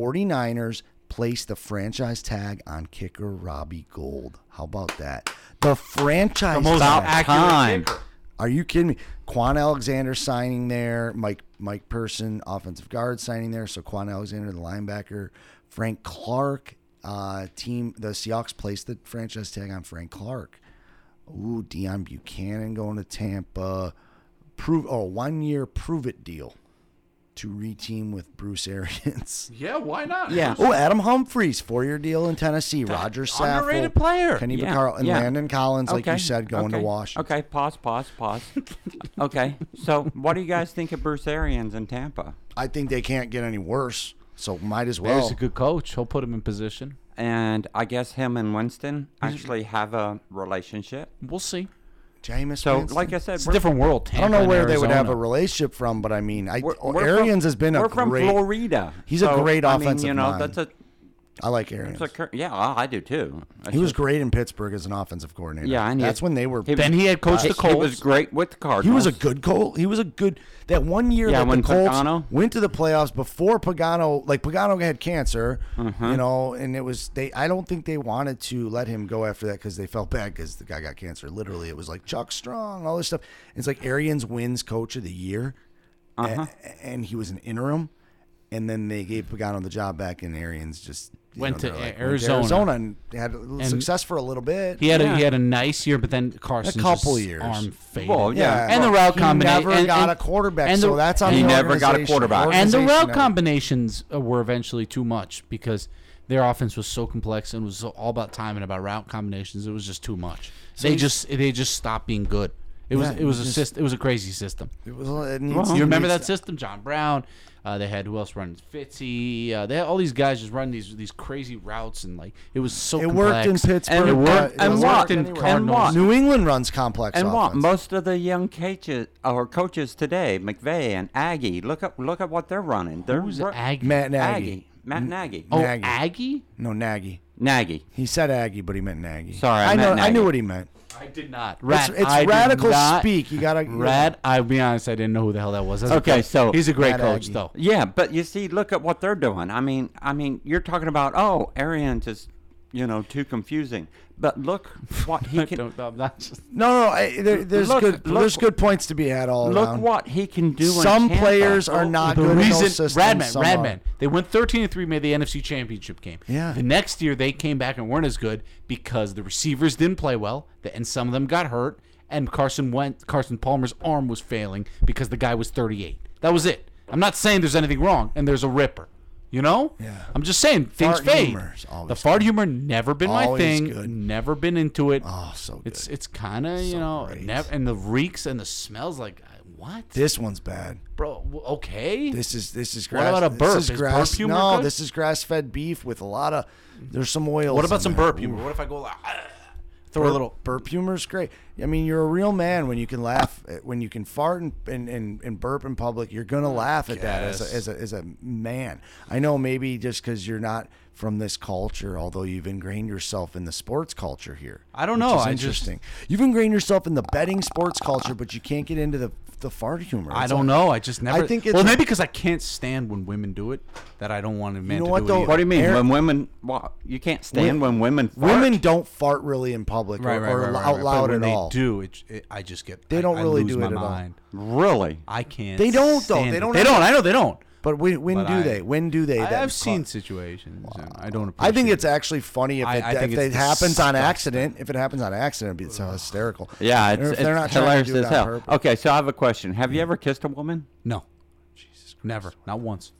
Speaker 3: 49ers placed the franchise tag on kicker Robbie Gold. How about that? The franchise
Speaker 1: About
Speaker 3: tag.
Speaker 1: time.
Speaker 2: kicker.
Speaker 3: Are you kidding me? Quan Alexander signing there, Mike Mike Person, offensive guard signing there. So Quan Alexander, the linebacker, Frank Clark, uh, team the Seahawks placed the franchise tag on Frank Clark. Ooh, Deion Buchanan going to Tampa. Prove oh one year prove it deal to reteam with Bruce Arians.
Speaker 2: Yeah, why not?
Speaker 1: Yeah.
Speaker 3: Oh, Adam Humphreys, four year deal in Tennessee. Roger Saffold,
Speaker 2: underrated player.
Speaker 3: Kenny
Speaker 1: Yeah,
Speaker 3: Vaccaro, and
Speaker 1: yeah.
Speaker 3: Landon Collins, like you
Speaker 1: Okay,
Speaker 3: said, going
Speaker 1: okay,
Speaker 3: to Washington.
Speaker 1: Okay, pause, pause, pause. okay, so what do you guys think of Bruce Arians in Tampa?
Speaker 3: I think they can't get any worse, so might as well.
Speaker 2: There's a good coach. He'll put him in position.
Speaker 1: And I guess him and Winston actually have a relationship.
Speaker 2: We'll see.
Speaker 3: Jameis.
Speaker 1: So,
Speaker 3: Winston.
Speaker 1: like I said,
Speaker 2: It's a
Speaker 1: we're,
Speaker 2: different world.
Speaker 3: I
Speaker 2: Tampa
Speaker 3: don't know
Speaker 2: and
Speaker 3: where they would have a
Speaker 2: Arizona.
Speaker 3: relationship from, but I mean, I,
Speaker 1: we're, we're
Speaker 3: Oh, Arians
Speaker 1: from,
Speaker 3: has been a
Speaker 1: we're
Speaker 3: great.
Speaker 1: from Florida.
Speaker 3: He's a
Speaker 1: So,
Speaker 3: great
Speaker 1: I mean,
Speaker 3: offensive
Speaker 1: You know,
Speaker 3: mind.
Speaker 1: that's a,
Speaker 3: I like Arians.
Speaker 1: that's a cur- yeah, oh, I I do too. That's
Speaker 3: he was
Speaker 1: just-
Speaker 3: great in Pittsburgh as an offensive coordinator.
Speaker 1: Yeah, and he-
Speaker 3: that's when they were.
Speaker 1: He,
Speaker 2: Then he had coached
Speaker 1: he-
Speaker 2: the
Speaker 1: He
Speaker 2: Colts.
Speaker 1: was great with the Cardinals.
Speaker 3: He was a good Colt. He was a good that one year
Speaker 1: Yeah,
Speaker 3: that
Speaker 1: when
Speaker 3: the Colts
Speaker 1: Pagano-
Speaker 3: went to the playoffs before Pagano, like Pagano had cancer, you know, and it was they. I don't think they wanted to let him go after that because they felt bad because the guy got cancer. Literally, it was like Chuck Strong, all this stuff. It's like Arians wins Coach of the Year, a- and, he was an interim, and then they gave Pagano the job back, and Arians just you
Speaker 2: Went
Speaker 3: know,
Speaker 2: to
Speaker 3: they're like,
Speaker 2: Arizona.
Speaker 3: Arizona, and had success for a little bit.
Speaker 2: He had
Speaker 1: Yeah.
Speaker 2: a he had a nice year, but then Carson
Speaker 3: couple
Speaker 2: just
Speaker 3: years.
Speaker 2: arm faded.
Speaker 1: Well, yeah.
Speaker 2: and the route
Speaker 3: he
Speaker 2: combination.
Speaker 3: never got a quarterback, so that's on
Speaker 1: He
Speaker 3: the
Speaker 1: never got a
Speaker 3: organization.
Speaker 1: quarterback.
Speaker 3: The
Speaker 2: and the
Speaker 3: organization
Speaker 2: route
Speaker 3: never-
Speaker 2: combinations uh, were eventually too much because their offense was so complex and was all about time and about route combinations. It was just too much. they just they just stopped being good. It was
Speaker 3: Yeah,
Speaker 2: it was a
Speaker 3: just-
Speaker 2: syst- it was a crazy system.
Speaker 3: It was, uh, it needs-
Speaker 2: You remember
Speaker 3: needs-
Speaker 2: that system, John Brown? Uh, they had who else running Fitzy? Uh, they had all these guys just running these these crazy routes and like it was so.
Speaker 3: It worked in
Speaker 2: complex.
Speaker 3: Pittsburgh.
Speaker 1: And
Speaker 2: It
Speaker 1: it
Speaker 2: worked,
Speaker 3: but
Speaker 1: and
Speaker 2: it
Speaker 3: doesn't
Speaker 1: what?
Speaker 2: worked
Speaker 3: work
Speaker 2: in
Speaker 1: And
Speaker 3: anywhere.
Speaker 2: Cardinals.
Speaker 1: what?
Speaker 3: New England runs complex
Speaker 1: And what
Speaker 3: offense.
Speaker 1: most of the young coaches or coaches today, McVay and Aggie, look up look at what they're running. They're
Speaker 2: Who's
Speaker 1: ru-
Speaker 2: Aggie?
Speaker 3: Matt Nagy.
Speaker 1: Aggie, Matt Nagy,
Speaker 2: Oh,
Speaker 3: Nagy.
Speaker 2: Aggie?
Speaker 3: No, Nagy.
Speaker 1: Nagy.
Speaker 3: He said Aggie, but he meant Nagy.
Speaker 1: Sorry, I
Speaker 3: I, know.
Speaker 1: meant
Speaker 3: I
Speaker 1: Nagy.
Speaker 3: knew what he meant.
Speaker 2: I did not.
Speaker 3: It's,
Speaker 2: Rat,
Speaker 3: it's
Speaker 2: I did
Speaker 3: radical
Speaker 2: not-
Speaker 3: speak. You gotta.
Speaker 2: Rat. I'll be honest. I didn't know who the hell that was. That's
Speaker 1: Okay,
Speaker 2: okay,
Speaker 1: so-
Speaker 2: he's a great
Speaker 3: Rat
Speaker 2: coach,
Speaker 3: Aggie.
Speaker 2: though.
Speaker 1: Yeah, but you see, look at what they're doing. I mean, I mean, you're talking about oh, Arians is, you know, too confusing. But look what he can
Speaker 2: Don't, I'm not just,
Speaker 3: No, no. I, there, there's
Speaker 1: Look-
Speaker 3: good.
Speaker 1: look-
Speaker 3: there's good points to be had all
Speaker 1: look
Speaker 3: around.
Speaker 1: what he can do. in
Speaker 3: Some
Speaker 1: Tampa.
Speaker 3: players are not
Speaker 2: the
Speaker 3: good in those
Speaker 2: reason
Speaker 3: systems.
Speaker 2: Radman,
Speaker 3: some are.
Speaker 2: Radman, they went 13 and 3, made the NFC Championship game.
Speaker 3: Yeah.
Speaker 2: The next year they came back and weren't as good because the receivers didn't play well, the- and some of them got hurt, and Carson went Carson Palmer's arm was failing because the guy was 38. That was it. I'm not saying there's anything wrong, and there's a ripper. You know?
Speaker 3: Yeah.
Speaker 2: I'm just saying things
Speaker 3: Fart
Speaker 2: fade.
Speaker 3: humor's always
Speaker 2: The fart humor never been my
Speaker 3: Always
Speaker 2: thing.
Speaker 3: good.
Speaker 2: Never been into it.
Speaker 3: Oh, so good.
Speaker 2: It's it's kind of you know
Speaker 3: great.
Speaker 2: nev- and the reeks and the smells like I- What?
Speaker 3: This one's bad.
Speaker 2: Bro, w- okay.
Speaker 3: This is this is
Speaker 2: What
Speaker 3: grass.
Speaker 2: about a burp? Is
Speaker 3: This is
Speaker 2: burp
Speaker 3: grass.
Speaker 2: humor
Speaker 3: no,
Speaker 2: good?
Speaker 3: this is grass fed beef with a lot of. There's some oils.
Speaker 2: what
Speaker 3: in
Speaker 2: about some
Speaker 3: there.
Speaker 2: burp humor? What if I go like, "Ah," throw a little
Speaker 3: burp humor's great. I mean, you're a real man when you can laugh, at- when you can fart and and, and, and burp in public. You're gonna laugh at that as a, as a as a man. I know maybe just because you're not from this culture, although you've ingrained yourself in the sports culture here.
Speaker 2: I don't
Speaker 3: which
Speaker 2: know,
Speaker 3: is
Speaker 2: I just-
Speaker 3: interesting. you've ingrained yourself in the betting sports culture, but you can't get into the the fart humor.
Speaker 2: I
Speaker 3: It's
Speaker 2: don't
Speaker 3: like-
Speaker 2: know. I just never.
Speaker 3: think
Speaker 2: think
Speaker 3: it's
Speaker 2: it's well,
Speaker 3: a-
Speaker 2: maybe because I can't stand when women do it, that I don't want a man
Speaker 3: know
Speaker 2: to
Speaker 3: what,
Speaker 2: do
Speaker 3: though?
Speaker 2: it.
Speaker 1: Oh, What do
Speaker 2: Either.
Speaker 1: you mean
Speaker 3: Eric-
Speaker 1: when women? Well, you can't stand when, women. Fart.
Speaker 3: Women don't fart really in public
Speaker 2: Right,
Speaker 3: or,
Speaker 2: right,
Speaker 3: or
Speaker 2: right, right,
Speaker 3: out
Speaker 2: right.
Speaker 3: loud
Speaker 2: but when
Speaker 3: at
Speaker 2: they
Speaker 3: all.
Speaker 2: Do it, it? I just get.
Speaker 3: They
Speaker 2: I-
Speaker 3: don't
Speaker 2: I
Speaker 3: really
Speaker 2: lose
Speaker 3: do
Speaker 2: my
Speaker 3: it at all.
Speaker 2: mind.
Speaker 1: really.
Speaker 2: I can't.
Speaker 3: They don't, though.
Speaker 2: stand
Speaker 3: They
Speaker 2: it.
Speaker 3: don't
Speaker 2: They
Speaker 3: have-
Speaker 2: don't. I know they don't.
Speaker 3: But when, when
Speaker 2: But
Speaker 3: do
Speaker 2: I-
Speaker 3: they? When do they?
Speaker 2: I,
Speaker 3: that
Speaker 2: have
Speaker 3: fu-
Speaker 2: seen situations. And I don't.
Speaker 3: I think
Speaker 2: appreciate
Speaker 3: it's actually funny if it,
Speaker 2: I- I
Speaker 3: if
Speaker 2: think
Speaker 3: it
Speaker 2: it's
Speaker 3: happens on
Speaker 2: disgusting.
Speaker 3: accident. If it happens on accident, it'd be so hysterical.
Speaker 1: Yeah,
Speaker 3: Or
Speaker 1: it's,
Speaker 3: if
Speaker 1: it's
Speaker 3: they're not trying
Speaker 1: hilarious
Speaker 3: to do it
Speaker 1: as
Speaker 3: on
Speaker 1: hell.
Speaker 2: Oh.
Speaker 3: purpose.
Speaker 1: Okay, so I have a question. Have you ever kissed a woman?
Speaker 2: no. Jesus, never. Not once.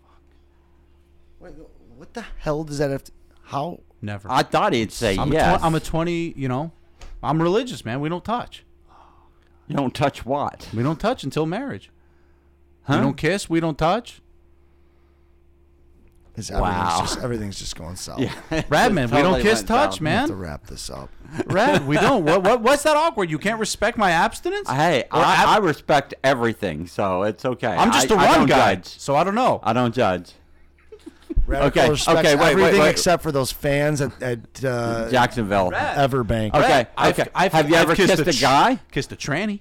Speaker 3: Wait, what the hell does that have? To, how?
Speaker 2: Never.
Speaker 1: I thought he'd say
Speaker 2: I'm, a
Speaker 1: yes.
Speaker 2: tw- I'm a twenty. You know, I'm religious, man. We don't touch.
Speaker 1: you don't touch what?
Speaker 2: We don't touch until marriage.
Speaker 1: Huh?
Speaker 2: We don't kiss. We don't touch.
Speaker 3: Is
Speaker 1: Wow.
Speaker 3: Everything's just, everything's just going south.
Speaker 1: Yeah.
Speaker 2: Radman, we don't
Speaker 1: Totally
Speaker 2: kiss
Speaker 1: went
Speaker 2: touch,
Speaker 1: down.
Speaker 3: We have to
Speaker 2: man.
Speaker 3: wrap this up.
Speaker 2: Rad, we don't. What, what, what's that awkward? You can't respect my abstinence?
Speaker 1: Hey,
Speaker 2: Or
Speaker 1: I,
Speaker 2: ab-
Speaker 1: I respect everything, so it's okay.
Speaker 2: I'm just
Speaker 1: I,
Speaker 2: a
Speaker 1: I
Speaker 2: one
Speaker 1: don't
Speaker 2: guy,
Speaker 1: Judge.
Speaker 2: so I don't know.
Speaker 1: I don't judge.
Speaker 3: Radical
Speaker 1: Okay,
Speaker 3: respects
Speaker 1: okay, wait, wait,
Speaker 3: everything
Speaker 1: wait.
Speaker 3: except for those fans at, at uh,
Speaker 1: Jacksonville.
Speaker 2: Brad.
Speaker 3: Everbank.
Speaker 1: Okay.
Speaker 2: Rad,
Speaker 1: okay. Have you ever kissed a guy?
Speaker 2: Kissed a tranny?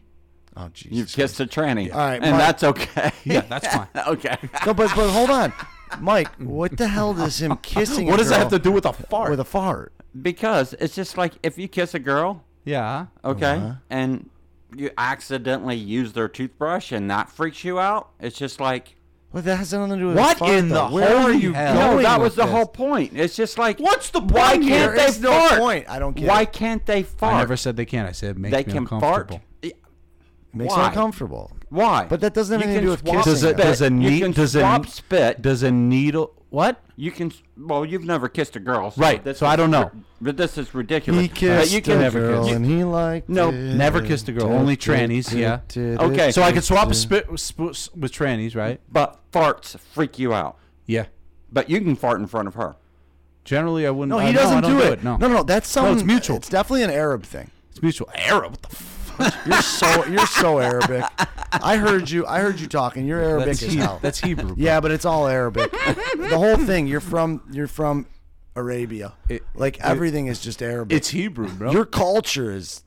Speaker 3: Oh, Jesus.
Speaker 1: You've kissed a tranny.
Speaker 3: All right,
Speaker 1: and
Speaker 3: Mike.
Speaker 1: that's okay.
Speaker 2: Yeah, that's fine.
Speaker 1: okay.
Speaker 3: No, but but hold on, Mike. What the hell does him kissing?
Speaker 2: What
Speaker 3: a
Speaker 2: does that have to do
Speaker 3: girl
Speaker 2: with a fart?
Speaker 3: with a fart?
Speaker 1: Because it's just like if you kiss a girl,
Speaker 2: yeah.
Speaker 1: okay,
Speaker 2: Uh-huh.
Speaker 1: and you accidentally use their toothbrush and that freaks you out, it's just like
Speaker 3: Well, that has nothing to do with
Speaker 2: What
Speaker 3: a fart,
Speaker 2: in
Speaker 3: though.
Speaker 2: the
Speaker 3: Where
Speaker 2: holy
Speaker 3: are you
Speaker 2: hell?
Speaker 3: going
Speaker 1: No, that
Speaker 3: with
Speaker 1: was the
Speaker 3: this?
Speaker 1: whole point. It's just like
Speaker 2: What's the
Speaker 1: why can't
Speaker 2: point here?
Speaker 1: they
Speaker 3: It's no
Speaker 1: fart?
Speaker 3: point. I don't get
Speaker 1: Why
Speaker 3: it.
Speaker 1: can't they fart?
Speaker 2: I never said they can't. I said it makes
Speaker 1: they
Speaker 2: me
Speaker 1: can fart.
Speaker 2: uncomfortable.
Speaker 3: Makes me
Speaker 1: Why?
Speaker 3: uncomfortable.
Speaker 1: Why?
Speaker 3: But that doesn't have
Speaker 1: You
Speaker 3: anything to
Speaker 1: can
Speaker 3: do with
Speaker 1: swap
Speaker 3: kissing. Does it-
Speaker 1: spit.
Speaker 2: does a
Speaker 1: you
Speaker 2: neat-
Speaker 1: can
Speaker 2: does a
Speaker 1: swap
Speaker 2: n-
Speaker 1: spit?
Speaker 2: Does a needle? What?
Speaker 1: you can s- well, you've never kissed a girl, so
Speaker 2: Right,
Speaker 1: This
Speaker 2: so I
Speaker 1: is
Speaker 2: don't know.
Speaker 1: ri- But this is ridiculous.
Speaker 3: He
Speaker 1: but
Speaker 3: kissed
Speaker 1: you can
Speaker 3: a girl
Speaker 1: you-
Speaker 3: and he liked.
Speaker 1: No,
Speaker 3: it.
Speaker 2: never kissed a girl, only trannies, yeah.
Speaker 1: Okay.
Speaker 2: So I could swap a spit with, sp- with trannies, right?
Speaker 1: but farts freak you out.
Speaker 2: Yeah.
Speaker 1: But you can fart in front of her.
Speaker 2: Generally, I wouldn't.
Speaker 3: No,
Speaker 2: I-
Speaker 3: he
Speaker 2: I
Speaker 3: doesn't
Speaker 2: don't
Speaker 3: do, it.
Speaker 2: No,
Speaker 3: no, no. That's some.
Speaker 2: it's mutual.
Speaker 3: It's definitely an Arab thing.
Speaker 2: It's mutual. Arab. What the
Speaker 3: You're so you're so Arabic. I heard you. I heard you talking. You're Arabic
Speaker 2: That's,
Speaker 3: as
Speaker 2: He-
Speaker 3: hell.
Speaker 2: that's Hebrew. bro.
Speaker 3: yeah, but it's all Arabic. the whole thing. You're from. You're from Arabia.
Speaker 2: It-
Speaker 3: like everything is just Arabic.
Speaker 2: it's Hebrew, bro.
Speaker 3: your culture is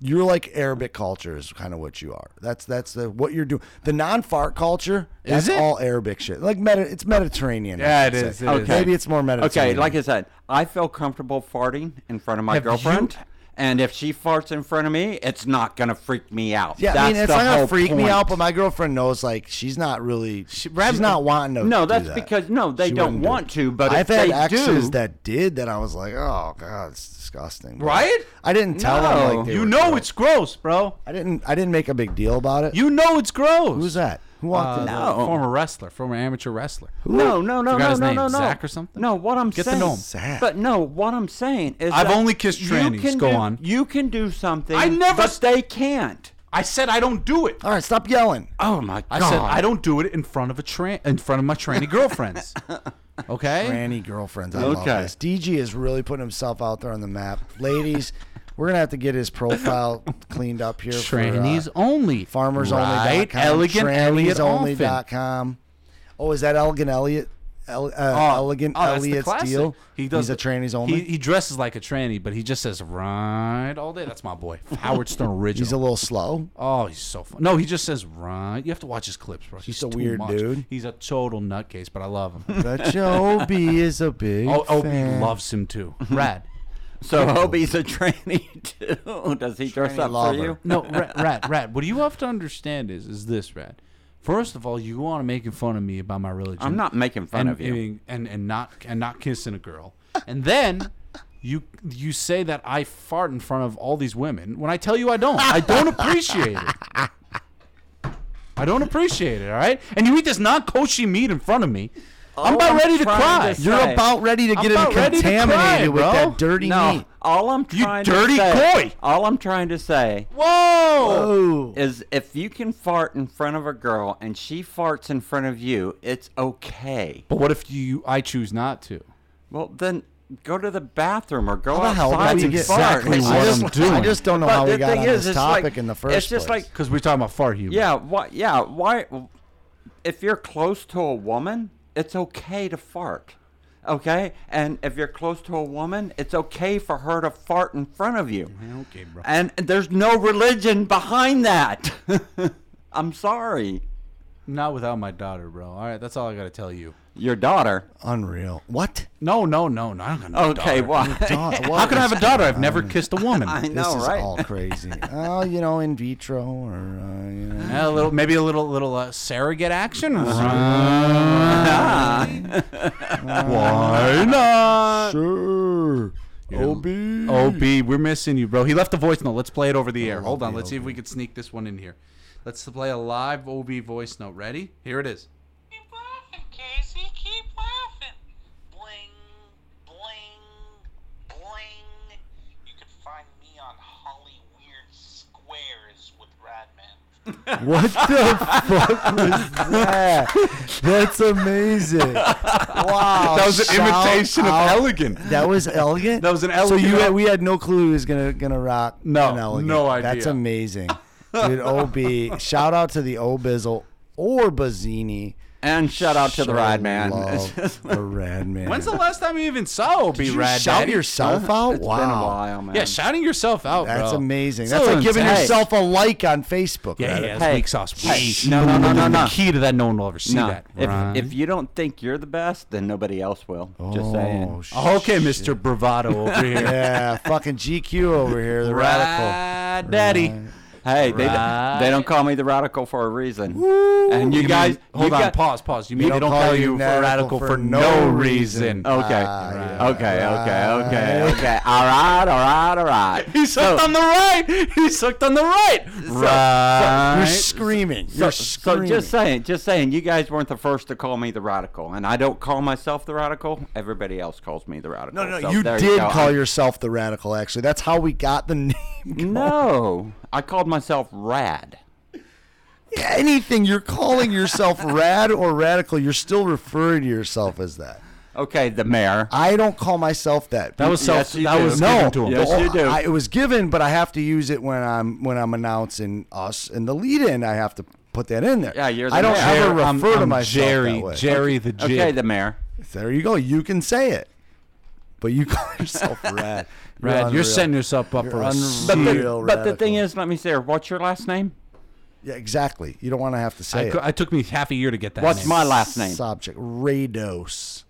Speaker 3: you're like Arabic culture is kind of what you are. That's that's the what you're doing. The non-fart culture that's
Speaker 2: Is it?
Speaker 3: all Arabic shit. Like Medi- it's Mediterranean. I
Speaker 2: Yeah,
Speaker 3: should
Speaker 2: it
Speaker 3: say.
Speaker 2: is, it Okay. is.
Speaker 3: maybe it's more
Speaker 1: Okay,
Speaker 3: Mediterranean.
Speaker 1: like I said, I feel comfortable farting in front of my
Speaker 2: Have you-
Speaker 1: girlfriend. and if she farts in front of me, it's not gonna freak me out.
Speaker 3: yeah,
Speaker 1: That's
Speaker 3: I mean it's
Speaker 1: the
Speaker 3: not gonna
Speaker 1: whole
Speaker 3: freak me
Speaker 1: point.
Speaker 3: out, but my girlfriend knows like she's not really she's
Speaker 2: rather-
Speaker 3: not wanting to.
Speaker 1: No,
Speaker 3: do
Speaker 1: that's
Speaker 3: that.
Speaker 1: because no, they
Speaker 3: She
Speaker 1: don't
Speaker 3: wouldn't do
Speaker 1: want
Speaker 3: it.
Speaker 1: to. But
Speaker 3: I've
Speaker 1: if
Speaker 3: had
Speaker 1: they
Speaker 3: exes
Speaker 1: do,
Speaker 3: that did that. I was like, oh god, it's disgusting. But
Speaker 2: Right?
Speaker 3: I didn't tell them
Speaker 1: No.
Speaker 3: like they
Speaker 2: you
Speaker 3: were
Speaker 2: know
Speaker 3: gross.
Speaker 2: it's gross, bro.
Speaker 3: I didn't. I didn't make a big deal about it.
Speaker 2: You know it's gross.
Speaker 3: Who's that? Who
Speaker 2: Uh,
Speaker 3: walked in?
Speaker 1: No.
Speaker 2: Former wrestler, former amateur wrestler.
Speaker 1: no, no, no,
Speaker 2: Forgot
Speaker 1: no,
Speaker 2: his
Speaker 1: no,
Speaker 2: name.
Speaker 1: no, no,
Speaker 2: Zach or something?
Speaker 1: No, what I'm
Speaker 2: Get to
Speaker 1: saying,
Speaker 2: know him.
Speaker 3: Zach.
Speaker 1: but no, what I'm saying is,
Speaker 2: I've
Speaker 1: that
Speaker 2: only kissed
Speaker 1: you
Speaker 2: trannies.
Speaker 1: can
Speaker 2: Go
Speaker 1: do-
Speaker 2: on.
Speaker 1: You can do something.
Speaker 2: I never
Speaker 1: but
Speaker 2: s-
Speaker 1: they can't.
Speaker 2: I said I don't do it.
Speaker 3: All right, stop yelling.
Speaker 1: Oh my god!
Speaker 2: I said I don't do it in front of a tran in front of my tranny girlfriends. Okay.
Speaker 3: Granny girlfriends. I love
Speaker 1: Okay.
Speaker 3: this. DG is really putting himself out there on the map. Ladies, we're gonna have to get his profile cleaned up here.
Speaker 2: Trannies
Speaker 3: for, uh,
Speaker 2: only. Right?
Speaker 3: farmersonly.com,
Speaker 2: Elegant Elliot Olphin.
Speaker 3: tranniesonly.com. Oh, is that Elegant Elliot? El, uh, elegant
Speaker 2: oh, that's the
Speaker 3: Elliot's
Speaker 2: classic.
Speaker 3: deal.
Speaker 2: He does
Speaker 3: He's a
Speaker 2: the-
Speaker 3: trannies
Speaker 2: He,
Speaker 3: only.
Speaker 2: he dresses like a tranny, but he just says right all day. That's my boy, Howard Stern original.
Speaker 3: He's a little slow.
Speaker 2: oh, he's so fun. No, he just says right. You have to watch his clips, bro.
Speaker 3: a
Speaker 2: too
Speaker 3: weird
Speaker 2: much.
Speaker 3: dude.
Speaker 2: He's a total nutcase, but I love him.
Speaker 3: But Joby is a big
Speaker 2: oh, oh, he
Speaker 3: fan.
Speaker 2: loves him too. Rad.
Speaker 1: So Hobie's a tranny too. Does he dress
Speaker 3: Tranny
Speaker 1: up
Speaker 3: lover.
Speaker 1: for you?
Speaker 2: No, Rad, Rad, Rad. What you have to understand is, is this, Rad. First of all, you want to making fun of me about my religion.
Speaker 1: I'm not making fun
Speaker 2: and,
Speaker 1: of you.
Speaker 2: and- and and not and not kissing a girl. And then you you say that I fart in front of all these women when I tell you I don't. I don't appreciate it. I don't appreciate it, all right? And you eat this non-kosher meat in front of me.
Speaker 3: I'm
Speaker 1: all
Speaker 3: about
Speaker 1: I'm
Speaker 3: ready to
Speaker 1: trying
Speaker 3: cry.
Speaker 1: to
Speaker 3: You're
Speaker 1: say-
Speaker 3: about ready to
Speaker 4: I'm
Speaker 3: get
Speaker 4: about ready to cry,
Speaker 3: contaminated with
Speaker 4: bro.
Speaker 3: that
Speaker 2: E
Speaker 3: dirty
Speaker 1: No,
Speaker 3: meat.
Speaker 1: all I'm trying
Speaker 3: dirty
Speaker 1: to say,
Speaker 3: coy.
Speaker 1: all I'm trying to say
Speaker 4: Whoa!
Speaker 3: Oh,
Speaker 1: is if you can fart in front of a girl and she farts in front of you, it's okay.
Speaker 2: But what if you? I choose not to.
Speaker 1: Well, then go to the bathroom or go
Speaker 3: How the hell
Speaker 1: outside
Speaker 3: did we
Speaker 1: and
Speaker 3: get-
Speaker 1: fart.
Speaker 2: Exactly
Speaker 1: It's
Speaker 2: what
Speaker 1: just-
Speaker 3: I
Speaker 2: I'm
Speaker 3: just,
Speaker 2: doing.
Speaker 3: I just don't know
Speaker 1: but
Speaker 3: how
Speaker 1: the
Speaker 3: we got
Speaker 1: thing
Speaker 3: on
Speaker 1: is,
Speaker 3: this
Speaker 1: it's like-
Speaker 3: topic in the first
Speaker 1: It's just
Speaker 3: place.
Speaker 1: like,
Speaker 2: Because we're talking about fart humor.
Speaker 1: yeah, why, yeah, why? If you're close to a woman, it's okay to fart. Okay, and if you're close to a woman, it's okay for her to fart in front of you.
Speaker 2: Okay, bro.
Speaker 1: And there's no religion behind that. I'm sorry.
Speaker 2: Not without my daughter, bro. All right, that's all I gotta tell you.
Speaker 1: Your daughter.
Speaker 3: unreal. What?
Speaker 2: No, no, no, no. I don't got no
Speaker 1: Okay,
Speaker 2: daughter.
Speaker 1: why?
Speaker 2: How can I have a daughter? I've never kissed a woman.
Speaker 1: I
Speaker 3: This
Speaker 1: know,
Speaker 3: is
Speaker 1: right?
Speaker 3: all crazy. oh, you know, in vitro or uh, you know.
Speaker 2: Yeah, a little, maybe a little, little uh, surrogate action. Why not?
Speaker 3: Sure. OB.
Speaker 2: Ob, we're missing you, bro. He left a voice note. Let's play it over the air. Hold on. Let's see if we can sneak this one in here. Let's play a live Ob voice note. Ready? Here it is.
Speaker 5: Keep laughing, Casey. Keep laughing. Bling, bling, bling. You can find me on Holly Weird Squares with Radman.
Speaker 3: What the fuck was that? That's amazing. Wow.
Speaker 6: That was an
Speaker 3: Shout
Speaker 6: imitation of
Speaker 3: out-
Speaker 6: elegant.
Speaker 3: That was elegant.
Speaker 2: That was an
Speaker 3: So
Speaker 2: elegant-
Speaker 3: you had, we had no clue he was gonna gonna rock.
Speaker 2: No,
Speaker 3: an elegant.
Speaker 2: no idea.
Speaker 3: That's amazing, dude. Ob, shout out to the Obizzle or Bazzini.
Speaker 1: And shout out to the
Speaker 3: Show
Speaker 1: ride man. It's
Speaker 3: love
Speaker 1: just-
Speaker 3: the rad man.
Speaker 2: When's the last time you even saw Ob
Speaker 3: Did you
Speaker 2: Rad?
Speaker 3: shout
Speaker 2: Daddy?
Speaker 3: yourself out?
Speaker 1: Uh, it's
Speaker 3: wow.
Speaker 1: been a while, man.
Speaker 2: Yeah, shouting yourself out,
Speaker 3: That's
Speaker 2: bro.
Speaker 3: amazing.
Speaker 2: So
Speaker 3: That's like giving
Speaker 2: intense.
Speaker 3: yourself a like on Facebook.
Speaker 2: Yeah,
Speaker 3: right?
Speaker 2: yeah,
Speaker 1: Hey,
Speaker 2: weak sauce.
Speaker 1: hey,
Speaker 2: Shh.
Speaker 1: no, no, no, no, no.
Speaker 2: The key to that, no one will ever see
Speaker 1: no,
Speaker 2: that.
Speaker 1: if,
Speaker 2: Right.
Speaker 1: if you don't think you're the best, then nobody else will. Just saying.
Speaker 2: Oh, okay, Mister Bravado over here.
Speaker 3: Yeah, fucking GQ over here, the radical.
Speaker 2: Rad Daddy.
Speaker 1: Hey, they,
Speaker 2: Right.
Speaker 1: they don't call me the radical for a reason. And you,
Speaker 2: mean-
Speaker 1: guys,
Speaker 2: hold
Speaker 1: you
Speaker 2: on,
Speaker 1: got-
Speaker 2: pause, pause. You mean they don't call you for radical for no reason?
Speaker 1: Okay.
Speaker 3: Ah,
Speaker 1: okay,
Speaker 3: yeah.
Speaker 1: okay, okay, okay. All right, all right, all right.
Speaker 2: He's hooked on the right. He's hooked on the right. Right.
Speaker 3: You're screaming.
Speaker 1: So,
Speaker 3: You're
Speaker 1: so
Speaker 3: screaming.
Speaker 1: just saying, just saying, you guys weren't the first to call me the radical, and I don't call myself the radical. Everybody else calls me the radical.
Speaker 3: no, no,
Speaker 1: so
Speaker 3: you
Speaker 1: there
Speaker 3: did
Speaker 1: go.
Speaker 3: call
Speaker 1: I-
Speaker 3: yourself the radical. Actually, that's how we got the name.
Speaker 1: No, I called myself rad.
Speaker 3: Anything you're calling yourself rad or radical, you're still referring to yourself as that.
Speaker 1: Okay, the mayor.
Speaker 3: I don't call myself that.
Speaker 2: That was
Speaker 1: Yes,
Speaker 2: self.
Speaker 1: you
Speaker 2: that
Speaker 1: do.
Speaker 2: was
Speaker 3: no,
Speaker 2: given to him.
Speaker 1: Yes,
Speaker 3: Oh,
Speaker 1: you do.
Speaker 3: I, it was given, but I have to use it when I'm when I'm announcing us and the lead-in. I have to put that in there.
Speaker 1: Yeah, you're
Speaker 3: I
Speaker 1: the
Speaker 3: don't
Speaker 1: mayor.
Speaker 3: ever
Speaker 2: Jer-
Speaker 3: refer
Speaker 2: I'm-
Speaker 3: to
Speaker 2: I'm
Speaker 3: myself
Speaker 2: Jerry.
Speaker 3: that way.
Speaker 2: Jerry the Jig.
Speaker 1: Okay, the mayor.
Speaker 3: There you go. You can say it, but you call yourself rad. You're
Speaker 2: Rad, you're
Speaker 3: unreal.
Speaker 2: setting yourself up for a
Speaker 3: You're
Speaker 1: But the,
Speaker 3: Real
Speaker 1: but the thing
Speaker 3: radical.
Speaker 1: is, let me say, what's your last name?
Speaker 3: Yeah, exactly. You don't want to have to
Speaker 2: I,
Speaker 3: say
Speaker 2: cou- I took me half a year to get that.
Speaker 1: What's
Speaker 2: name.
Speaker 1: my
Speaker 3: it.
Speaker 1: last name?
Speaker 3: Subject Rados.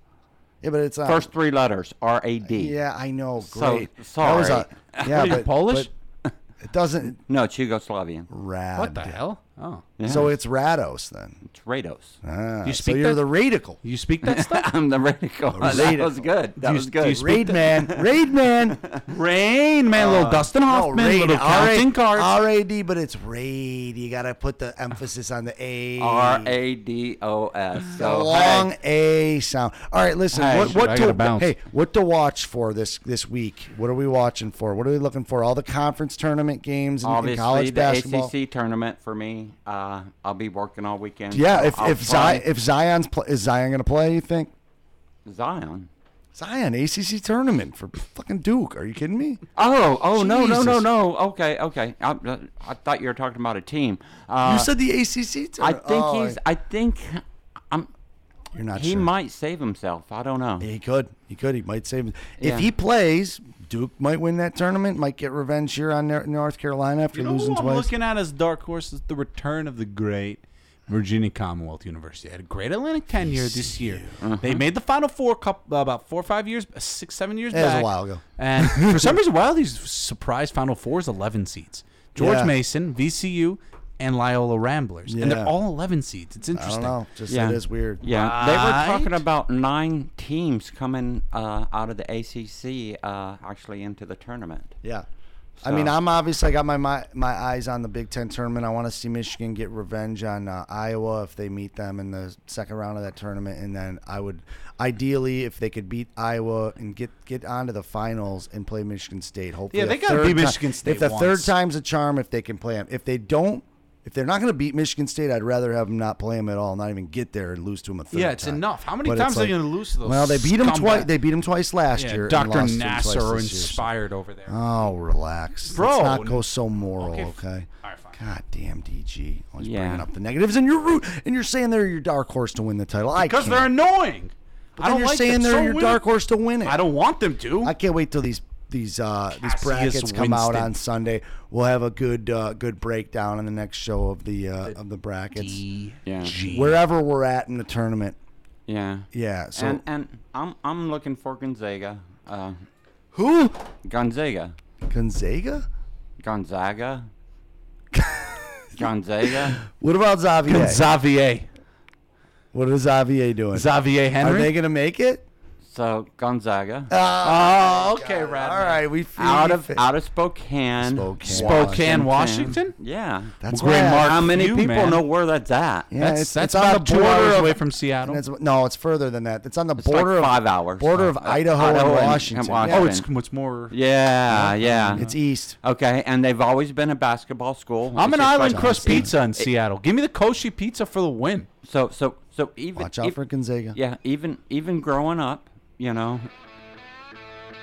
Speaker 3: Yeah, but it's not,
Speaker 1: First three letters, R A D.
Speaker 3: Yeah, I know.
Speaker 1: So-
Speaker 3: Great.
Speaker 1: sorry.
Speaker 3: That was a, yeah,
Speaker 2: What are you,
Speaker 3: but,
Speaker 2: Polish?
Speaker 3: but it doesn't
Speaker 1: No, it's Yugoslavian.
Speaker 3: rad.
Speaker 2: What the hell? Oh,
Speaker 1: Yeah,
Speaker 3: So it's Rados then.
Speaker 1: it's Rados.
Speaker 3: Ah,
Speaker 2: You
Speaker 3: so
Speaker 2: speak
Speaker 3: you're
Speaker 2: that-
Speaker 3: the radical.
Speaker 2: you speak that stuff?
Speaker 1: I'm the
Speaker 3: Oh,
Speaker 1: radical. That
Speaker 3: radical.
Speaker 1: was good. That
Speaker 2: you-
Speaker 1: was
Speaker 2: do
Speaker 1: good.
Speaker 2: you speak-
Speaker 3: Raid man, raid man.
Speaker 2: Rain, man, little Dustin Hoffman, little counting cards.
Speaker 3: R A D, but it's raid. You gotta put the emphasis on the A.
Speaker 1: R A D O S.
Speaker 3: The
Speaker 1: So
Speaker 3: long
Speaker 1: hey,
Speaker 3: A sound. All right, listen.
Speaker 1: Hey,
Speaker 3: what,
Speaker 1: shoot,
Speaker 3: what
Speaker 2: I gotta
Speaker 3: to
Speaker 2: bounce.
Speaker 3: hey? What to watch for this this week? What are we watching for? What are we looking for? All the conference tournament games and, and
Speaker 1: obviously
Speaker 3: college
Speaker 1: the
Speaker 3: basketball.
Speaker 1: ACC tournament for me. Uh, I'll be working all weekend.
Speaker 3: Yeah,
Speaker 1: so
Speaker 3: if
Speaker 1: I'll
Speaker 3: if, Zion,
Speaker 1: probably-
Speaker 3: if Zion's pl- is Zion gonna play? You think
Speaker 1: Zion.
Speaker 3: Zion ACC tournament for fucking Duke? Are you kidding me?
Speaker 1: Oh, oh no, no, no,
Speaker 3: Jesus.
Speaker 1: no. Okay, okay. I, uh, I thought you were talking about a team. Uh,
Speaker 3: you said the ACC
Speaker 1: I
Speaker 3: tournament.
Speaker 1: think
Speaker 3: Oh,
Speaker 1: he's. I think. I'm.
Speaker 3: You're not
Speaker 1: He
Speaker 3: sure.
Speaker 1: might save himself. I don't know.
Speaker 3: He could. He could. He might save.
Speaker 1: Yeah.
Speaker 3: If he plays, Duke might win that tournament. Might get revenge here on Nor- North Carolina after
Speaker 2: You know
Speaker 3: losing
Speaker 2: who I'm
Speaker 3: twice.
Speaker 2: looking at as dark horse is the return of the great Virginia Commonwealth University. They had a great Atlantic tenure this year. They
Speaker 3: Uh-huh.
Speaker 2: made the Final Four cup about four or five years, six, seven years
Speaker 3: That was
Speaker 2: back.
Speaker 3: a while ago.
Speaker 2: And for some reason, while these surprise Final Fours, 11 seeds. George
Speaker 3: Yeah.
Speaker 2: Mason, VCU, and Loyola Ramblers. And
Speaker 3: Yeah.
Speaker 2: they're all 11 seeds. It's
Speaker 3: I don't
Speaker 2: interesting.
Speaker 3: know. Just
Speaker 1: Yeah.
Speaker 3: it is weird.
Speaker 1: Yeah, they were talking
Speaker 2: Right?
Speaker 1: about nine teams coming uh, out of the ACC uh, actually into the tournament.
Speaker 3: Yeah. I mean,
Speaker 1: So-
Speaker 3: I'm obviously I got my, my my eyes on the Big Ten tournament. I want to see Michigan get revenge on uh, Iowa if they meet them in the second round of that tournament, and then I would ideally if they could beat Iowa and get get onto the finals and play Michigan State. Hopefully,
Speaker 2: Yeah, they
Speaker 3: a
Speaker 2: gotta
Speaker 3: third
Speaker 2: beat
Speaker 3: ti-
Speaker 2: Michigan State
Speaker 3: If the third
Speaker 2: once.
Speaker 3: time's a charm, if they can play them, if they don't. If they're not going to beat Michigan State, I'd rather have them not play them at all, not even get there and lose to them a third
Speaker 2: Yeah, it's
Speaker 3: time.
Speaker 2: enough. How many
Speaker 3: But
Speaker 2: times
Speaker 3: it's
Speaker 2: are they gonna lose to those
Speaker 3: Well, they beat them twice.
Speaker 2: scumbag-
Speaker 3: They beat them twice last year.
Speaker 2: Yeah, Dr.
Speaker 3: and lost to 'em twice
Speaker 2: Nasser
Speaker 3: this year, so-
Speaker 2: inspired over there.
Speaker 3: Oh, relax,
Speaker 2: Bro.
Speaker 3: Let's not go so moral, okay?
Speaker 2: Okay, f- all right, fine.
Speaker 3: God damn, DG, always
Speaker 1: Yeah.
Speaker 3: bringing up the negatives, and you're root, and you're saying they're your dark horse to win the title. I
Speaker 2: because
Speaker 3: can't.
Speaker 2: they're annoying.
Speaker 3: But
Speaker 2: I
Speaker 3: then
Speaker 2: don't
Speaker 3: you're
Speaker 2: like
Speaker 3: saying
Speaker 2: them.
Speaker 3: they're
Speaker 2: So
Speaker 3: your
Speaker 2: win
Speaker 3: dark
Speaker 2: it.
Speaker 3: horse to win it.
Speaker 2: I don't want them to.
Speaker 3: I can't wait till these these uh, these
Speaker 2: Cassius
Speaker 3: brackets come out
Speaker 2: Winston.
Speaker 3: on Sunday. We'll have a good uh, good breakdown in the next show of the uh, of the brackets,
Speaker 2: E
Speaker 1: Yeah.
Speaker 3: wherever we're at in the tournament.
Speaker 1: Yeah.
Speaker 3: Yeah. So
Speaker 1: and and I'm I'm looking for Gonzaga. Uh,
Speaker 3: who?
Speaker 1: Gonzaga.
Speaker 3: Gonzaga?
Speaker 1: Gonzaga. Gonzaga.
Speaker 3: What about Xavier?
Speaker 2: Xavier.
Speaker 3: what is Xavier doing?
Speaker 2: Xavier
Speaker 3: Are
Speaker 2: Henry.
Speaker 3: they gonna make it?
Speaker 1: So Gonzaga.
Speaker 2: oh, okay, Rad.
Speaker 3: All right, we feel
Speaker 1: out of out of Spokane.
Speaker 3: Spokane.
Speaker 2: Spokane, Washington.
Speaker 1: Yeah.
Speaker 3: That's
Speaker 2: Grand
Speaker 3: why I-
Speaker 2: Mark-
Speaker 1: How many
Speaker 2: you,
Speaker 1: people
Speaker 2: man.
Speaker 1: know where that's at?
Speaker 3: Yeah,
Speaker 2: That's
Speaker 3: it's,
Speaker 2: that's
Speaker 3: it's on
Speaker 2: about
Speaker 3: the
Speaker 2: two
Speaker 3: border
Speaker 2: hours
Speaker 3: of-
Speaker 2: away from Seattle.
Speaker 3: and it's- no, it's further than that. It's on the
Speaker 1: It's like
Speaker 3: border of
Speaker 1: five hours.
Speaker 3: border of
Speaker 1: Uh,
Speaker 3: Idaho and Washington.
Speaker 2: oh, it's much more.
Speaker 1: yeah, yeah.
Speaker 3: It's east.
Speaker 1: okay, and they've always been a basketball school.
Speaker 2: I'm
Speaker 1: It's
Speaker 2: an
Speaker 1: just
Speaker 2: Island
Speaker 1: like-
Speaker 2: Crust Pizza in Seattle. Give me the Koshi Pizza for the win.
Speaker 1: So so so even
Speaker 3: Watch out
Speaker 1: if-
Speaker 3: for Gonzaga.
Speaker 1: yeah, even even growing up, you know,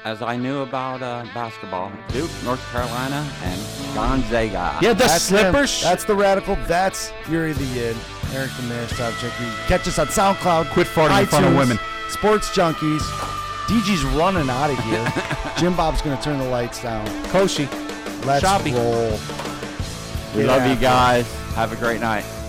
Speaker 1: as I knew about uh, basketball, Duke, North Carolina, and Gonzaga.
Speaker 2: Yeah, the
Speaker 3: That's
Speaker 2: slippers.
Speaker 3: Him. That's the radical. That's Yuri the Yin. Eric the Mayor. Stop checking. Catch us on SoundCloud.
Speaker 2: Quit farting in front of
Speaker 3: iTunes,
Speaker 2: women.
Speaker 3: Sports junkies. DG's running out of here. Jim Bob's gonna turn the lights down.
Speaker 2: Koshi.
Speaker 3: Let's
Speaker 2: Shoppy.
Speaker 3: roll.
Speaker 1: we
Speaker 3: Get
Speaker 1: love
Speaker 3: after
Speaker 1: you
Speaker 3: it.
Speaker 1: guys. Have a great night.